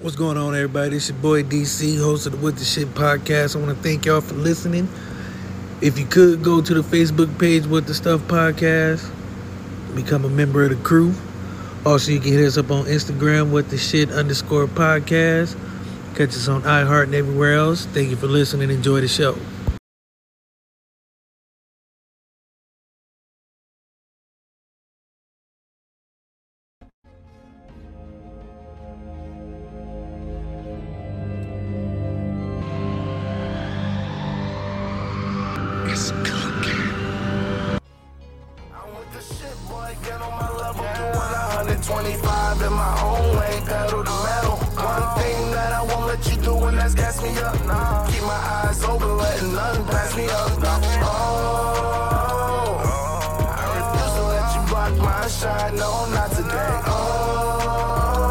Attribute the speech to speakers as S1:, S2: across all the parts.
S1: What's going on, everybody? It's your boy DC, host of the What the Shit podcast. I want to thank y'all for listening. If you could go to the Facebook page, What the Stuff podcast, become a member of the crew. Also, you can hit us up on Instagram, What the Shit underscore podcast. Catch us on iHeart and everywhere else. Thank you for listening. Enjoy the show.
S2: It's cooking.
S3: I want the shit, boy, get on my level. Doing 125 in my own lane, pedal to metal. One thing that I won't let you do, and that's gas me up. Nah. Keep my eyes open, letting nothing pass me up. Nah. Oh, I refuse to let you block my shot, no, not today. Oh,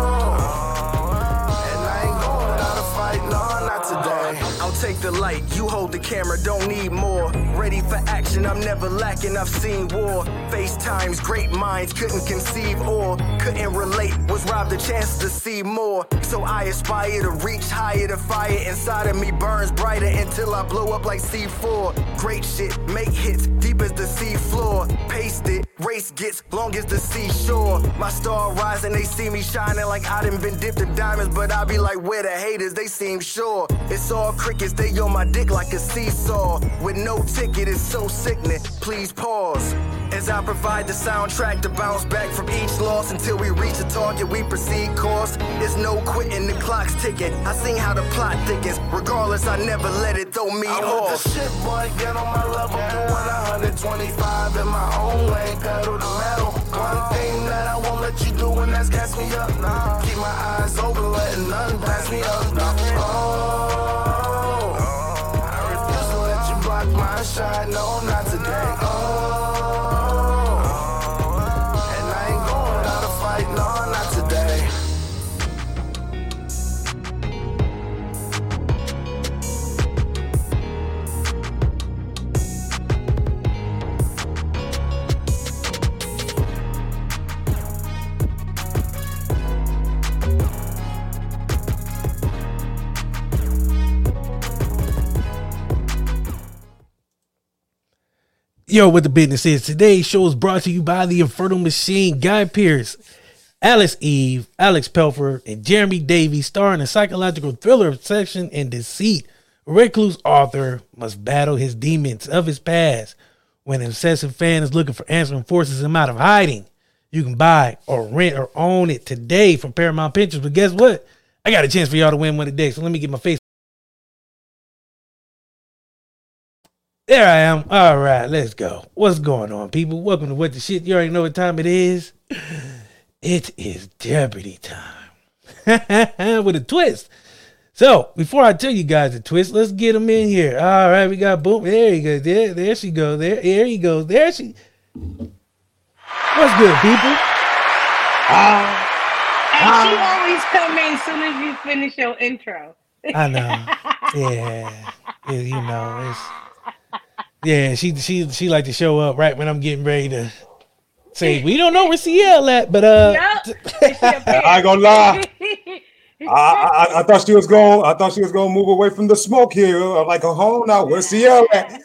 S3: and I ain't going out of fight, no, not today.
S4: I'll take the light, you hold the camera, don't need more. Ready for action, I'm never lacking, I've seen war. FaceTimes, great minds couldn't conceive or couldn't relate, was robbed the chance to see more. So I aspire to reach higher, the fire inside of me burns brighter until I blow up like C4. Great shit, make hits, deep as the sea floor. Paste it, race gets long as the seashore. My star rising, they see me shining like I done been dipped in diamonds, but I be like, where the haters, they seem sure. It's all crickets, they on my dick like a seesaw. With no ticket, it's so sickening. Please pause. As I provide the soundtrack to bounce back from each loss until we reach the target, we proceed course. It's no quitting, the clock's ticking. I seen how the plot thickens. Regardless, I never let it throw me
S3: I want
S4: off.
S3: the shit, boy, get on my level. Doing 125 in my own lane, pedal to metal. One thing that I won't let you do, and that's gas me up. Nah. Keep my eyes open, letting nothing pass me up. Nah. Oh, I refuse to let you block my shot, no, not today. Oh, and I ain't going out to fight, no, not today.
S1: Yo, what the business is today show is brought to you by the Infernal Machine, Guy Pierce, Alex Eve, Alex Pelfer, and Jeremy Davies, starring a psychological thriller obsession and deceit. A recluse author must battle his demons of his past. When an obsessive fan is looking for answering forces him out of hiding, you can buy or rent or own it today from Paramount Pictures. But guess what? I got a chance for y'all to win one today. So let me get my face. There I am. All right, let's go. What's going on, people? Welcome to What the Shit. You already know what time it is. It is Jeopardy time with a twist. So, before I tell you guys the twist, let's get them in here. All right, we got boom. There you go. There, there she goes. There, there he goes. There she. What's good, people?
S5: And she always come in as soon as you finish your intro.
S1: I know. Yeah. Yeah, you know, it's yeah, she she she like to show up right when I'm getting ready to say we don't know where CL at, but uh
S5: Yup. I
S6: ain't gonna lie. I, I, I- I thought she was going. I thought she was going to move away from the smoke here. I'm like, oh now, where's Sierra at?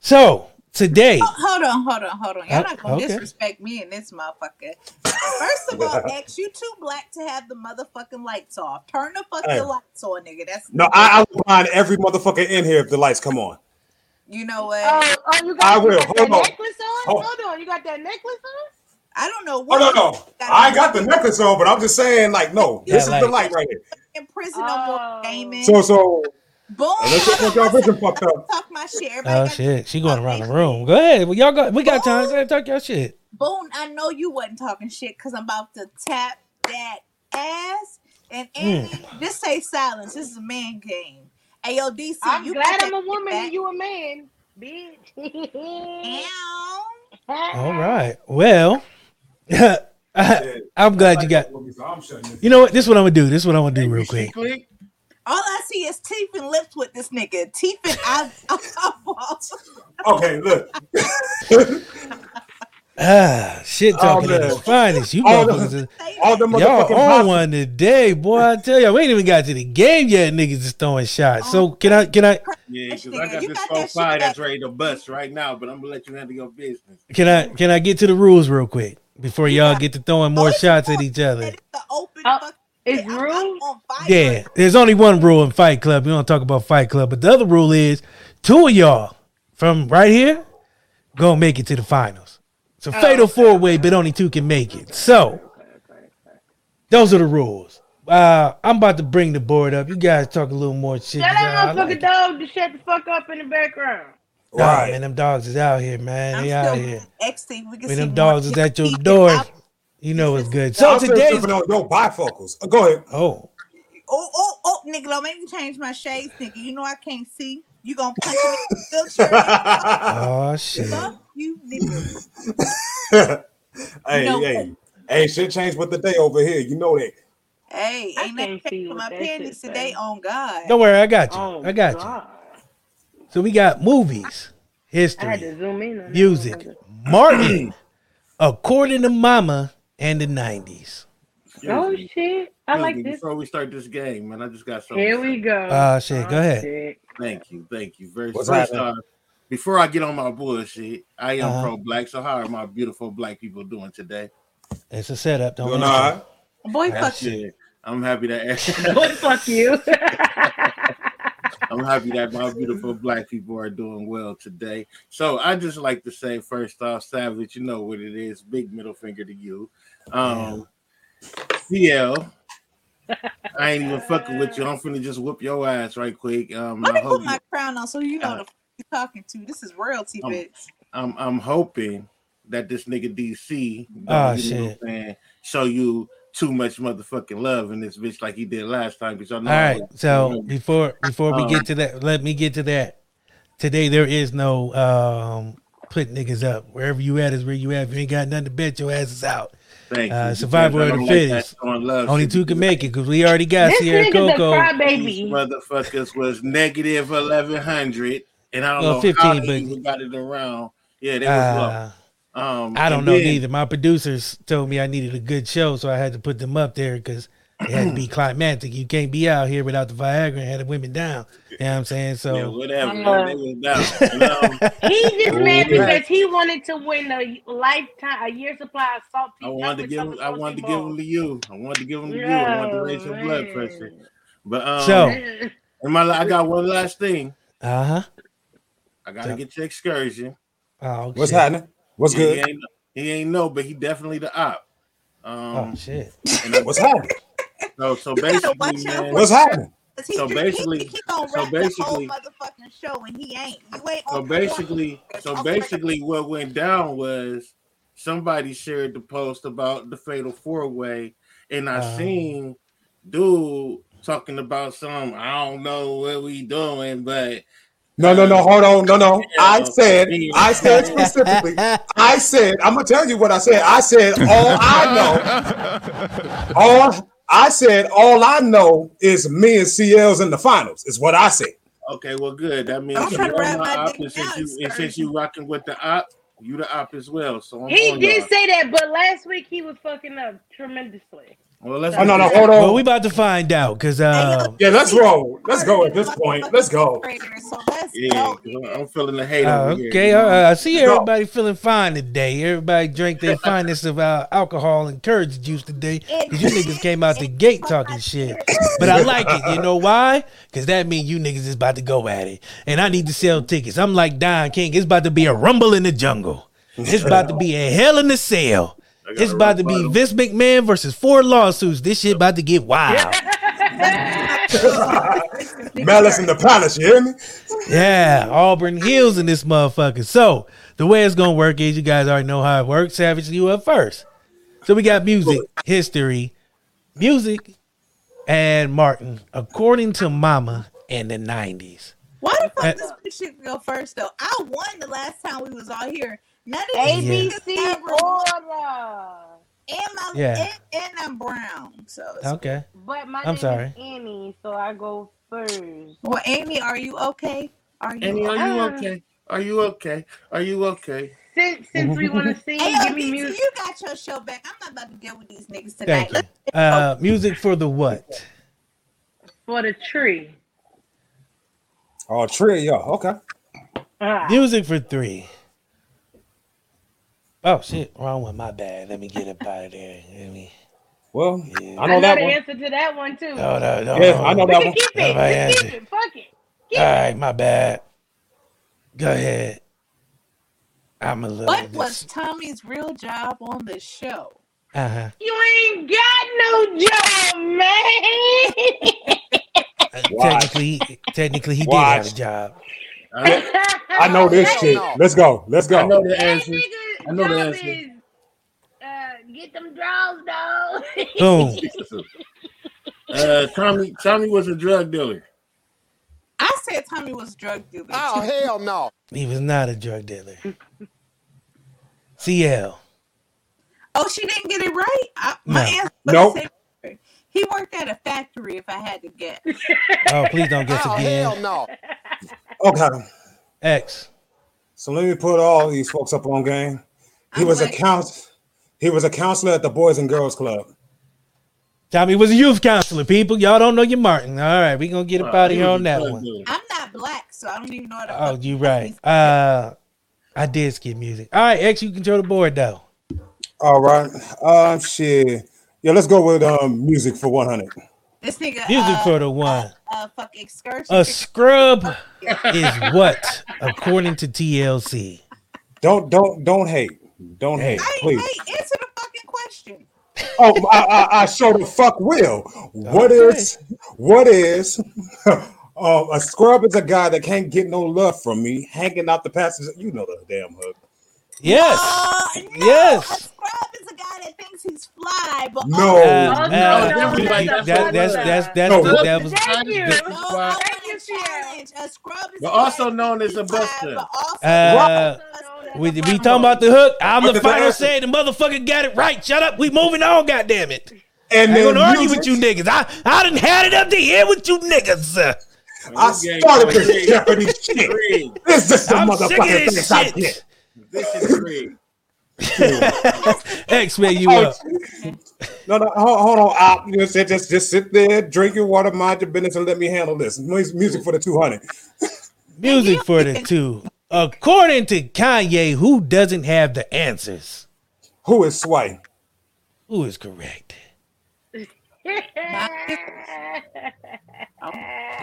S1: so today
S7: Hold on, hold on, hold on. Y'all
S1: Oh,
S7: not gonna
S1: okay.
S7: disrespect me and this motherfucker. First of all, X, you too black to have the motherfucking lights off. Turn the fucking
S6: Hey.
S7: lights on, nigga. That's
S6: No, I, I will blind every motherfucker in here if the lights come on.
S7: you know what?
S5: Oh, oh, you got,
S6: I will.
S5: You got that
S6: Hold on.
S5: necklace on?
S6: Hold-
S5: Hold on. You got that necklace on?
S7: I don't know
S6: Oh
S7: what
S6: no, no, I got the necklace on, but I'm just saying, like, no, this
S1: Yeah,
S6: is the
S1: like-
S6: light right here.
S7: in prison no
S5: Oh.
S7: more gaming.
S6: So, so
S7: Boom.
S6: unless you think
S7: I
S6: y'all prison fucked up,
S7: talk my shit. Everybody
S1: Oh
S7: got-
S1: shit, she going around the room. Go ahead. Well, y'all got we got time. Go ahead, talk y'all shit.
S7: Boone, I know you wasn't talking shit because I'm about to tap that ass. And
S6: Hmm.
S7: Andy, just say silence. This is a man game. AODC,
S5: I'm
S7: you
S5: glad
S7: can
S5: I'm a
S7: take it
S5: woman
S7: back.
S5: and you a man. Bitch.
S7: Ow.
S1: All right. Well, I, I'm glad you got.
S6: I'm shutting this.
S1: You know what? This is what I'm gonna do. This is what I'm gonna do real quick.
S7: All I see is teeth and lips with this nigga. Teeth and eye- eyeballs.
S6: Okay, look.
S1: Ah, shit talking
S6: Oh,
S1: at its
S6: man.
S1: finest. You
S6: All
S1: motherfuckers,
S6: the-
S1: is-
S6: All the motherfucking
S1: y'all on
S6: boxes-
S1: one today, boy. I tell y'all, we ain't even got to the game yet. Niggas is throwing shots.
S7: Oh,
S1: So can I? Can I?
S8: Yeah, because
S7: nigga,
S8: I got
S7: you
S8: this
S7: got that
S8: four
S7: shit
S8: five that's
S7: back.
S8: ready to bust right now, but I'm gonna let you handle your business.
S1: Can I? Can I get to the rules real quick before y'all get to throwing more
S7: Oh, it's
S1: shots at
S7: cool.
S1: each other?
S7: It's the open
S5: Oh,
S7: fucking-
S5: It's
S7: I'm- I'm
S5: rude.
S7: on fire.
S1: Yeah, there's only one rule in Fight Club. We don't talk about Fight Club, but the other rule is two of y'all from right here gonna make it to the finals. It's
S7: Oh,
S1: a fatal four way, but only two can make it. So those are the rules. Uh, I'm about to bring the board up. You guys talk a little more shit.
S5: Tell that
S1: y'all. I
S5: motherfucker
S1: like it.
S5: dog to shut the fuck up in the background.
S1: Nah,
S6: Right.
S1: man, them dogs is out here, man.
S7: I'm
S1: they out
S7: still
S1: here.
S7: exiting. We can
S1: When
S7: see
S1: them
S7: more
S1: dogs is at your
S7: people
S1: door,
S7: out.
S1: you know it's good.
S6: I'm
S1: So
S6: still
S1: today's
S6: tripping on your bifocals. Uh, Go ahead.
S1: oh
S7: Oh, oh, oh, nigga, don't make me change my shades, nigga. You know I can't see. You gonna punch me in the wheelchair?
S1: oh shit.
S7: Fuck you, nigga.
S6: Hey,
S7: No.
S6: hey, hey, shit changed with the day over here. You know that.
S7: Hey,
S5: I
S7: ain't nothing
S5: can't see
S7: for
S5: what
S7: my
S5: that shit
S7: panties
S5: say.
S7: today on God.
S1: Don't worry, I got you.
S5: Oh,
S1: I got you.
S5: God.
S1: So we got movies,
S5: I had to
S1: history,
S5: zoom in. On
S1: music, Martin, according to Mama, and the '90s.
S5: That. Oh shit! I
S8: Excuse
S5: like
S8: me,
S5: this.
S8: Before we start this game, man, I just got something.
S5: Here
S8: to
S5: we go.
S1: Ah, shit, go
S5: Oh,
S1: ahead.
S5: shit.
S8: Thank you, thank you. Very
S6: What's
S8: first
S6: happening?
S8: off, before I get on my bullshit, I am
S1: Uh-huh.
S8: pro-black. So how are my beautiful black people doing today?
S1: It's a setup. Don't
S6: You
S1: worry.
S6: know, all right?
S7: Boy, fuck you.
S8: Shit, I'm happy that
S5: Boy, fuck you.
S8: I'm happy that my beautiful black people are doing well today. So I just like to say first off, Savage, you know what it is. Big middle finger to you. Um CL. I ain't even fucking with you. I'm finna just whoop your ass right quick. Um
S7: Let
S8: I
S7: me put
S8: hope
S7: my crown on so you know
S8: Uh,
S7: the f- you talking to. This is royalty,
S8: Um,
S7: bitch.
S8: I'm I'm hoping that this nigga DC don't,
S1: Ah,
S8: you know what
S1: shit.
S8: I'm saying, show you too much mmotherfucking love in this bitch like he did last time because I know
S1: All right. So before before we
S8: Um,
S1: get to that, let me get to that. Today there is no um put niggas up. Wherever you at is where you at. If you ain't got nothing to bet, your ass is out.
S8: Thank you,
S1: uh,
S8: because
S1: survival
S8: I
S1: of the
S8: don't like that
S1: fittest.
S8: showing love
S1: Only
S8: shit
S1: two can
S8: because
S1: make it because we already got
S5: this
S1: Sierra
S5: nigga's a
S1: Coco.
S8: These
S5: crybaby.
S8: motherfuckers was negative eleven hundred, and I don't
S1: Well,
S8: know
S1: 15,
S8: how they
S1: but-
S8: even got it around. Yeah, they was
S1: Uh,
S8: low. Um,
S1: I don't
S8: and
S1: know
S8: then-
S1: neither. My producers told me I needed a good show, so I had to put them up there because it had to be climactic. You can't be out here without the Viagra and had the women down. You know what I'm saying?
S8: Yeah,
S1: So
S8: whatever.
S5: I'm,
S8: man, they
S5: uh,
S8: was down. And, um,
S5: He just mad
S8: Oh,
S5: because he wanted to win a lifetime, a year supply of salt.
S8: I wanted to give. 'em- I wanted to give them to you. I wanted to give them to you. I wanted to raise your
S5: Oh,
S8: blood pressure. But um,
S1: So-
S8: and my, I got one last thing.
S1: uh huh.
S8: I gotta
S1: So-
S8: get your excursion.
S1: Oh
S6: What's
S1: shit.
S6: happening? What's
S8: He
S6: good?
S8: ain't, he ain't no, but he definitely the op. Um,
S1: Oh shit.
S8: and I-
S6: What's happening?
S8: so so
S7: You gotta
S8: basically,
S7: watch out
S8: man.
S6: Oh. What's happening?
S7: 'Cause he
S8: so
S7: just-
S8: basically-
S7: he, he gonna
S8: so
S7: rap the whole
S8: basically-
S7: motherfucking show and he ain't. You ain't.
S8: So
S7: on
S8: basically, so
S7: Okay.
S8: basically, what went down was somebody shared the post about the fatal four way, and I
S6: Uh-huh.
S1: Oh.
S8: seen dude talking about some I don't know what we doing, but
S6: No, no, no. Hold on. No, no. I said, I said specifically, I said, I'm going to tell you what I said. I said, all I know, all I said, all I know is me and CL's in the finals, is what I said.
S8: okay, well, good. That means
S7: I'm
S8: you're
S7: trying to wrap
S8: my
S7: my
S8: op,
S7: dick
S8: and since
S7: down,
S8: you and
S7: sir.
S8: since you rocking with the op, you the op as well. So I'm
S5: He
S8: on
S5: did
S8: y'all.
S5: say that, but last week he was fucking up tremendously.
S8: Well, let's
S6: Oh, no, no. Hold
S1: Well, we
S6: on.
S1: about to find out because uh,
S6: Yeah, let's roll. Let's go at this point. Let's go.
S7: So let's
S8: Yeah,
S7: go.
S8: 'cause I'm feeling the hate
S1: uh,
S8: over here.
S1: okay.
S8: you know?
S1: Uh, I see
S6: Let's go.
S1: everybody feeling fine today. Everybody drank their finest of uh, alcohol and courage juice today. 'cause you niggas came out the gate talking shit. But I like it. You know why? Because that means you niggas is about to go at it. And I need to sell tickets. I'm like Don King. It's about to be a rumble in the jungle. It's about to be a hell in the cell.
S8: I got
S1: It's
S8: a
S1: about to be
S8: rebuttal.
S1: Vince McMahon versus four lawsuits. This shit about to get wild.
S6: Malice in the palace. You hear me?
S1: Yeah, Auburn Hills in this motherfucker. So the way it's gonna work is you guys already know how it works. Savage, you up first. So we got music, history, music, and Martin, according to Mama and the nineties.
S7: Why the
S1: Uh,
S7: fuck does this shit go first though? I won the last time we was all here. None of
S5: A
S7: these
S5: B
S1: Yeah.
S5: C
S7: Yeah.
S5: order.
S7: and my
S1: Yeah.
S7: and, and I'm brown. So it's,
S1: Okay.
S5: But my
S1: I'm
S5: name
S1: sorry.
S5: is Annie, so I go first.
S7: well, Amy, are you okay? Are you?
S8: Annie, are you
S5: Ah.
S8: okay? Are you okay? Are you okay?
S5: Since since we want to sing, give me
S7: AODC,
S5: music.
S7: you got your show back. I'm not about to deal with these niggas tonight.
S1: Thank you. Uh, music for the what?
S5: for the tree.
S6: Oh, three of y'all. Okay.
S5: Ah,
S1: Music for three. Oh shit, wrong one. My bad. Let me get up out of there. Let me.
S6: Well, I
S5: I
S6: know
S5: know
S6: that
S5: the
S6: one.
S5: answer to that one too.
S1: No, no, no.
S6: Yeah,
S1: no.
S6: I know
S5: we
S6: that
S5: can
S6: one.
S5: keep
S1: That's
S5: it.
S1: my
S5: Let's keep
S1: answer.
S5: it. Fuck it. Keep
S1: All
S5: it.
S1: right, my bad. Go ahead. I'm a little.
S7: What was Tommy's real job on the show?
S1: Uh huh.
S5: You ain't got no job, man.
S6: Watch.
S1: Uh, Technically, technically, he
S6: Watch.
S1: did have a job.
S8: I,
S6: I know this
S5: That
S6: shit. Let's go. Let's
S8: Uh, I know
S6: go.
S8: the
S5: That
S8: answer.
S5: nigga
S8: I know the
S5: job
S8: answer.
S5: is, uh, get them draws, dog.
S1: Boom.
S8: Uh, Tommy, Tommy was a drug dealer.
S7: I said Tommy was a drug dealer.
S3: Oh,
S7: too.
S3: hell no.
S1: He was not a drug dealer. CL.
S7: Oh, she didn't get it right. I, my
S1: No.
S7: answer was
S6: Nope.
S7: secretary. He worked at a factory. If I had to guess,
S1: Oh, please don't guess
S3: Oh, hell
S1: again.
S3: no.
S6: Okay.
S1: X.
S6: So let me put all these folks up on game. He was a
S7: I'm like-
S6: count. He was a counselor at the Boys and Girls Club.
S1: Tommy was a youth counselor. People, y'all don't know your Martin. All right, we gonna get up out of
S8: He
S1: here
S8: was
S1: on
S8: a
S1: that
S8: drug
S1: one.
S8: dealer.
S7: I'm not black, so I don't even know what. the
S1: Oh,
S7: fuck-
S1: you right. Uh, I did skip music. All right, X, you control the board though.
S6: All right. Um, shit. Yeah, let's go with um music for one hundred.
S7: This nigga.
S1: Music
S7: uh,
S1: for the one.
S7: uh, fuck excursion.
S1: A scrub is what, according to TLC.
S6: Don't don't don't hate. Don't hate,
S7: Hey,
S6: please.
S7: hey, answer the fucking question.
S6: Oh, I, I, I sure the fuck will. What is what is um, a scrub is a guy that can't get no love from me, hanging out the passenger. You know the damn hook. Oh,
S1: Yes.
S7: Uh, no,
S1: Yes.
S7: A scrub is a guy that thinks he's fly, but
S6: No.
S1: Uh,
S7: also-
S1: uh,
S8: no,
S1: you- that- that's
S8: that's a
S1: that's
S5: scrub.
S1: that's that's
S6: No.
S1: the devil's.
S5: Thank you. Oh,
S7: No,
S8: That's
S7: I
S8: why-
S7: want
S5: Thank you,
S7: a challenge. A scrub is a
S8: But
S7: guy
S8: also
S7: that
S8: known
S7: thinks
S8: as a
S7: he's
S8: buster.
S7: fly, but also-
S1: Uh, we,
S7: Also known as a
S1: we
S7: black
S1: talking about
S7: hole.
S1: the hook. I'm
S6: But
S1: the
S6: the
S1: final
S6: answer-
S1: say. The motherfucker got it right. Shut up. We moving on. God damn it.
S6: And
S1: I ain't
S6: then
S1: gonna argue
S6: music,
S1: with you niggas. I I done had it up to here with you niggas. Uh,
S6: I
S8: We gave
S6: started
S8: Tommy
S6: this Jeopardy shit.
S8: Green.
S6: This is the
S1: I'm sick of
S6: motherfucking
S1: this
S6: things I get.
S1: shit.
S8: This is Green.
S1: X man, you up?
S6: No, no, hold, hold on. I, you know, just, just just sit there, drink your water, mind your business, and let me handle this. Mu- Music for the two hundred.
S1: Music for the two. According to Kanye, who doesn't have the answers?
S6: Who is Sway?
S1: Who is correct?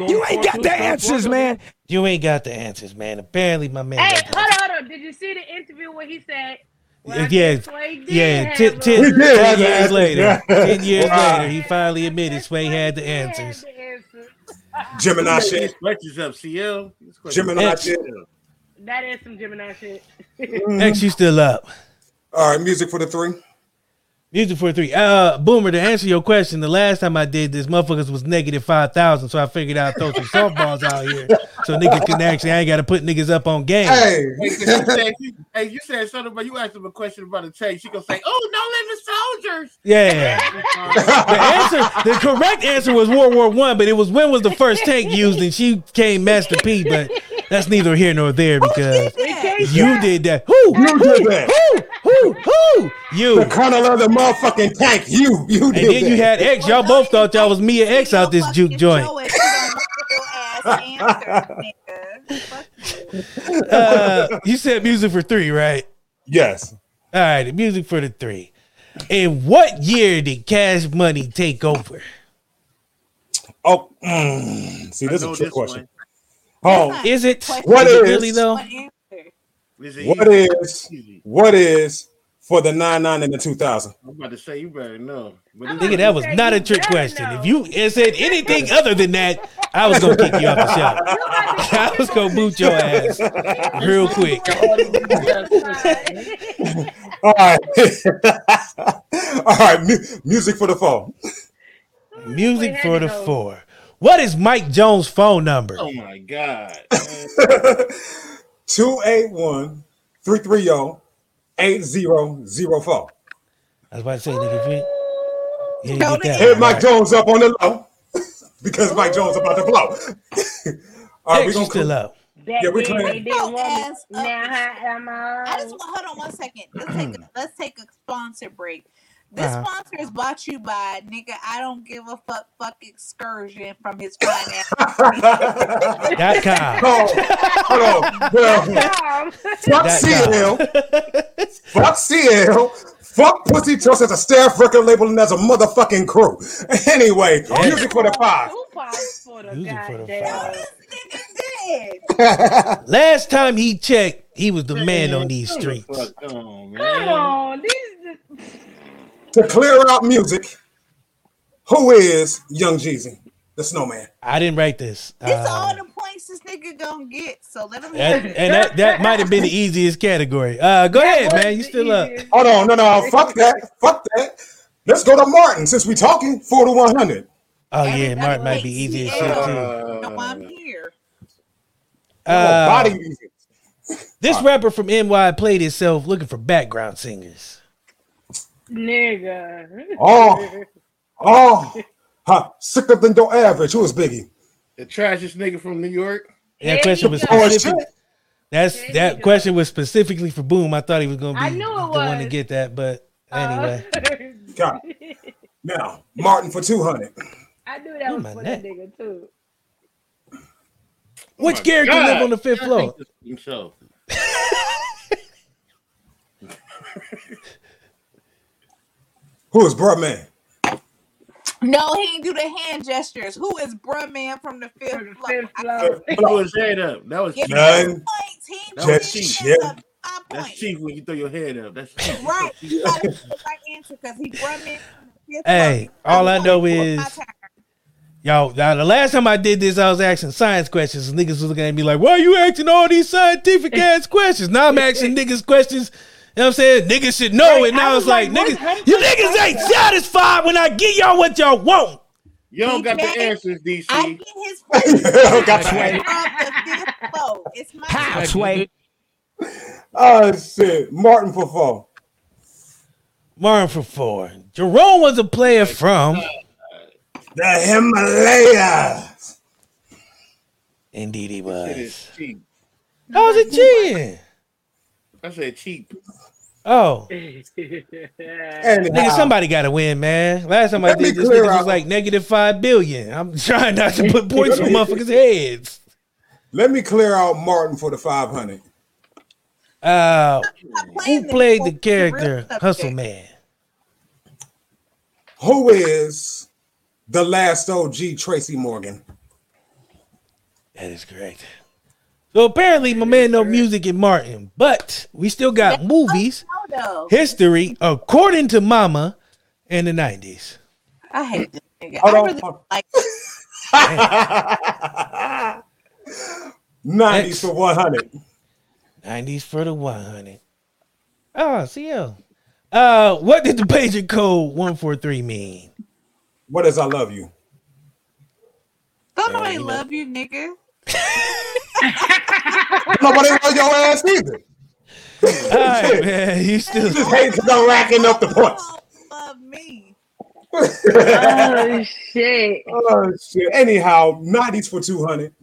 S9: You ain't got the answers, man.
S1: You ain't got the answers, man. Apparently, my man.
S5: Hey,
S1: got the
S5: hold on, hold on. Did you see the interview where he said? Well, I
S1: Yeah,
S5: guess Sway did
S1: Yeah,
S5: have
S1: ten,
S5: a-
S1: ten,
S6: We did
S1: ten
S6: have the
S1: years
S6: answers,
S1: later,
S6: yeah.
S1: ten years
S6: Wow.
S1: later, he finally admitted
S5: Guess
S1: Sway
S5: what?
S1: had the
S5: He had
S1: answers.
S5: the answers.
S6: Gemini shit.
S8: This question's up, CL. This question's
S6: Gemini
S1: X.
S6: shit.
S5: That is some Gemini shit.
S9: Mm-hmm.
S1: X, you still up?
S6: All right, music for the three.
S1: Music for three. Uh, Boomer, to answer your question, the last time I did this, motherfuckers was negative five thousand, so I figured I'd throw some softballs out here, so niggas can actually. I ain't got to put niggas up on game.
S6: Hey,
S8: Hey, 'cause you said- hey, you said something, but you asked him a question about a tank. She gonna say, "Oh, no, let the soldiers."
S1: Yeah. The answer, the correct answer was World War One, but it was when was the first tank used, and she came Master P, but that's neither here nor
S6: Oh,
S1: there because
S7: Who did that?
S1: you did that. Who?
S6: You did that.
S1: Who? Who? You.
S6: the colonel of the motherfucking tank. You, you
S1: And
S6: did
S1: then you
S6: that.
S1: had X. Y'all both thought y'all was me and X out this juke joint.
S7: Show it, you don't know your ass answer, nigga. Fuck you.
S1: Uh, you said music for three, right?
S6: Yes.
S1: All right, music for the three. In what year did Cash Money take over?
S6: Oh, mm. see, this is
S8: I
S6: a
S8: know
S6: trick
S8: this
S6: question.
S8: one.
S6: Oh,
S1: Is it?
S6: What
S1: it
S6: is-
S1: really though?
S7: One answer.
S8: Is it
S6: what
S8: easy?
S6: is
S8: Easy.
S6: what is for the nine nine and the two thousand?
S8: I'm about to say you better know. But
S5: I'm
S8: it's-
S1: Nigga, that was not a trick question. If you had said anything other than that, I was gonna kick you off the show. I was gonna boot your ass real quick.
S6: All right, all right. mu- music for the phone.
S1: Music for the four. What is Mike Jones' phone number?
S8: oh my god!
S6: 281 330 8004.
S1: I was about to say, nigga, if you, you didn't get
S6: Hit
S1: that.
S6: Mike Jones up on the low because Mike Jones about to blow. all right,
S1: X, you
S6: we're gonna
S1: still
S6: cl-
S1: up.
S5: Back
S6: Yeah, we
S5: then
S6: claim-
S5: they didn't
S7: Your
S5: want
S7: ass
S5: me. Now
S7: up.
S5: how am I?
S7: I just want hold on one second. Let's take a, let's take a sponsor break. This
S1: Hmm. Uh-huh.
S7: sponsor is brought you by nigga. I don't give a fuck. Fuck excursion from his finance.
S1: Dot com.
S6: No, hold on. Well,
S5: Um,
S6: fuck
S1: That
S6: CL. Fuck CL. Fuck Pussy Trust as a staff record label and as a motherfucking crew. Anyway, music for the five.
S5: Who falls for the
S1: Music for the
S5: goddamn?
S7: this nigga dead.
S1: Last time he checked, he was the man on these streets.
S8: Fuck
S5: Come
S8: on, man.
S5: on, this is
S6: To clear out music, who is Young Jeezy? The Snowman.
S1: I didn't write this.
S7: This
S1: Uh,
S7: all the points this nigga gonna get. So let him.
S1: that- and that, that might have been the easiest category. Uh, go ahead, man. You still up?
S6: Hold on, no, no, fuck that, fuck that. Let's go to Martin since we talking four to one hundred.
S1: Oh
S7: Every
S1: yeah,
S7: other
S1: Mark might
S7: way,
S1: be easy as shit
S7: CL.
S1: too.
S7: no, I'm
S8: Uh,
S7: here.
S1: Uh,
S6: body music.
S1: this rapper from NY played himself looking for background singers.
S5: nigga.
S6: Oh, oh, huh, sicker than your average. Who is Biggie?
S8: the trashiest nigga from New York.
S1: That question was
S5: There you go.
S6: Oh shit!
S1: specific. That's
S5: There you
S1: that
S5: go.
S1: question was specifically for Boom. I thought he was gonna be
S5: I knew it
S1: the one to
S5: was. Oh,
S1: get that, but anyway,
S5: Uh,
S6: God. Now Martin for two hundred.
S5: I knew that
S1: Ooh,
S5: was
S1: my
S5: for
S1: neck.
S5: that nigga too. Oh
S1: which character
S8: God.
S1: lived on the fifth
S8: I
S1: floor?
S8: think this is Himself.
S6: Who is Broadman?
S7: No, he didn't do the hand gestures. Who is bruh man from the fifth
S5: For the
S7: floor?
S5: fifth
S7: I
S5: floor.
S8: That was head up. That was
S7: give him
S8: cheap.
S6: None.
S7: points. He
S8: That
S7: didn't
S8: was
S7: do
S8: cheap.
S7: shit.
S6: Yeah.
S7: Five
S8: That's
S7: points.
S8: cheap when you throw your head up. That's cheap.
S7: Right. You gotta give the right answer because he bruh man. from the fifth
S1: Hey,
S7: floor.
S1: all I
S7: I'm
S1: know
S7: going for
S1: is-
S7: my turn.
S1: Y'all, now the last time I did this, I was asking science questions. Niggas was looking at me like, why are you asking all these scientific ass questions? Now I'm asking niggas questions. You know what I'm saying? Niggas should know.
S5: Right,
S1: And
S5: I
S1: now
S5: was
S1: it's like,
S5: like,
S1: niggas,
S5: what?
S1: you niggas ain't satisfied when I get y'all what y'all want.
S8: You don't got the
S7: Daddy,
S8: answers, DC.
S7: I get his points from
S6: Got
S7: the fifth floor. It's my
S9: How, Sway?
S6: oh shit! Martin for four.
S1: Martin for four. Jerome was a player
S6: uh,
S1: from,
S6: The Himalayas.
S1: indeed he
S8: That
S1: was.
S8: is cheap.
S1: I was a chin.
S8: I said cheap.
S1: Oh, nigga,
S6: Anyhow,
S1: somebody got to win, man. Last time I
S6: Let me
S1: did this,
S6: clear
S1: niggas was
S6: out-
S1: like negative five billion. I'm trying not to put points on
S6: Let me-
S1: motherfuckers' heads.
S6: let me clear out Martin for the five hundred.
S1: Uh,
S7: I'm playing
S1: who
S7: this
S1: played
S7: for
S1: the
S7: real
S1: character
S7: subject.
S1: Hustle Man?
S6: Who is the last OG Tracy Morgan?
S1: That is correct. So apparently, my man know music and Martin, but we still got movies,
S7: No, no.
S1: history, according to Mama, in the nineties.
S7: I hate this nigga.
S6: Hold
S7: I
S6: on.
S7: really don't like
S6: Nineties to one hundred.
S1: Nineties for the one hundred. Oh, CL. Uh, what did the pager code one four three mean?
S6: What is I love you?
S7: Don't nobody love you, nigga.
S6: Nobody on your ass either.
S1: All right, man, you still
S6: Just hate because I'm racking up the points.
S7: Don't love me.
S5: oh shit.
S6: Oh shit. Anyhow, nineties for two hundred.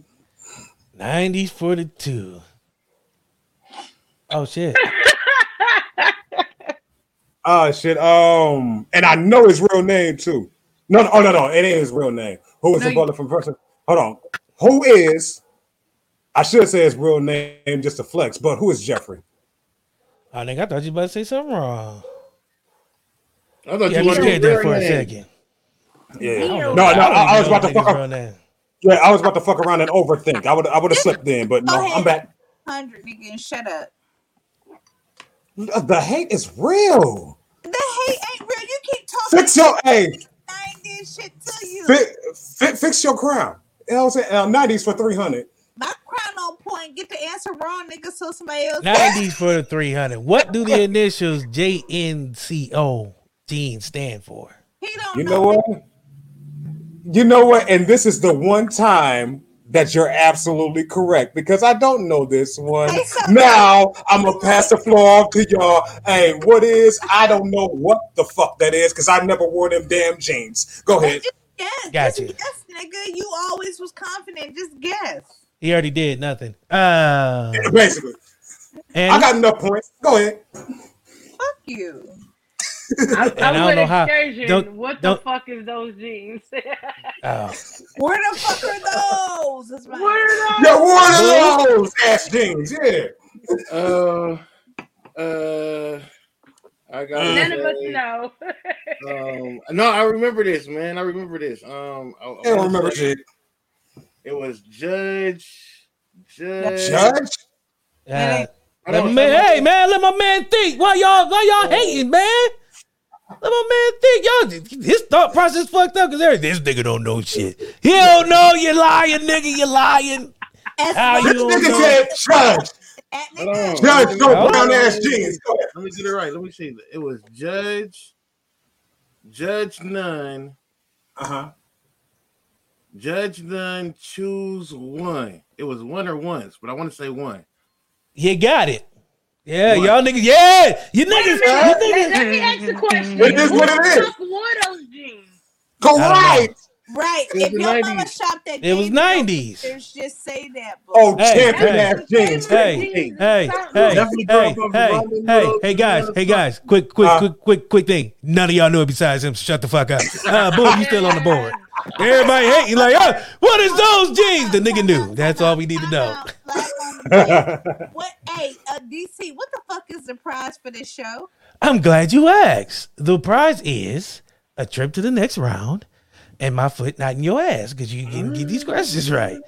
S1: nineties for the two. Oh shit!
S6: Oh shit. Um, and I know his real name too. No, no, oh no, no, it ain't his real name. Who is the brother from person? Hold on. Who is? I should say his real name just to flex, but who is Jeffrey?
S1: Oh, nigga, I thought you about to say something wrong.
S8: I thought
S1: Yeah,
S8: you
S1: we
S8: wanted
S1: scared
S8: to
S1: that for a second.
S6: Yeah.
S1: I
S6: No,
S1: don't
S6: no,
S1: know.
S6: I, I was
S1: don't
S6: about to
S1: even
S6: fuck.
S1: know
S6: Up.
S1: the nigga's real name.
S6: Yeah, I was about to fuck around and overthink. I would, I would have slipped in, but no,
S7: Go ahead.
S6: I'm back.
S7: Hundred nigga and shut up.
S6: The hate is real.
S7: The hate ain't real. You keep talking
S6: Fix your hey,
S7: nineties shit to you.
S6: fi, fi, fix your crown. You know what I'm saying? Uh, Nineties for three hundred.
S7: My crown on point. Get the answer wrong, nigga. So somebody else.
S1: 90s for the 300. What do the initials JNCO gene stand for?
S7: He don't
S6: You know what? You know what? And this is the one time that you're absolutely correct because I don't know this one.
S7: Hey, so-
S6: Now I'm gonna pass the floor off to y'all. Hey, what is? I don't know what the fuck that is because I never wore them damn jeans. Go ahead.
S7: Just guess.
S1: Gotcha.
S7: Just guess, nigga. You always was confident. Just guess.
S1: He already did nothing. Uh,
S6: Basically,
S1: and
S6: I got enough points. Go ahead.
S7: Fuck you.
S5: I,
S1: I don't know how-
S5: excursion.
S1: don't-
S5: what
S1: don't-
S5: the fuck is those jeans?
S1: oh,
S7: Where the fuck are those? That's my-
S5: Where
S6: You're one of those ass jeans. Yeah.
S8: Uh, uh, I got
S5: are none of us know.
S8: Um, no, I remember this, man. I remember this. Um, I, I
S6: I don't
S8: wanna
S6: remember
S8: say
S6: shit.
S8: It was Judge. Judge.
S6: Judge?
S1: uh,
S8: I
S1: Let
S8: don't-
S1: me-
S8: I don't-
S1: hey man, let my man think. Why y'all why y'all hating, man? Let my man think. Y'all his thought process fucked up because this nigga don't know shit. He don't know you lying, nigga. You lying.
S7: As
S1: How
S7: much
S1: you don't
S6: Nigga
S1: know?
S6: said judge.
S7: at me-
S8: Hold on.
S6: Judge,
S1: Oh.
S6: no brown ass jeans. Go ahead.
S8: Let me get it right. Let me see. It was Judge, Judge Nunn,
S6: Uh-huh.
S8: Judge Nunn, choose one. It was one or ones, but I want to say one.
S1: You got it. Yeah,
S8: What?
S1: y'all niggas. Yeah, you niggas.
S5: Let,
S1: You niggas.
S5: let me ask the question.
S6: It is
S5: Who
S6: what it
S5: the
S6: is.
S5: fuck wore those jeans?
S6: Go
S1: I don't
S6: right.
S7: Right.
S8: was
S7: If
S8: the
S7: your mama
S8: 90s.
S7: shop that
S1: It was
S7: gave you those
S1: 90s.
S7: pictures, just say that. Bro.
S6: Oh,
S1: Hey,
S6: champion
S1: hey.
S6: ass jeans.
S1: Hey, hey, hey, hey,
S8: Definitely
S1: hey,
S8: drop off the
S1: hey,
S8: Roman
S1: hey,
S8: road.
S1: hey, guys, hey, guys, quick, quick,
S6: Uh.
S1: quick, quick, quick thing. None of y'all knew it besides him. so Shut the fuck up. Uh, boom, you still on the board. Everybody hating like, oh, what is those jeans? The nigga knew. That's all we need to know.
S7: Time out, black woman, wait. what? Hey, uh, DC, what the fuck is the prize for this show?
S1: I'm glad you asked. The prize is a trip to the next round and my foot not in your ass because you didn't get these questions right.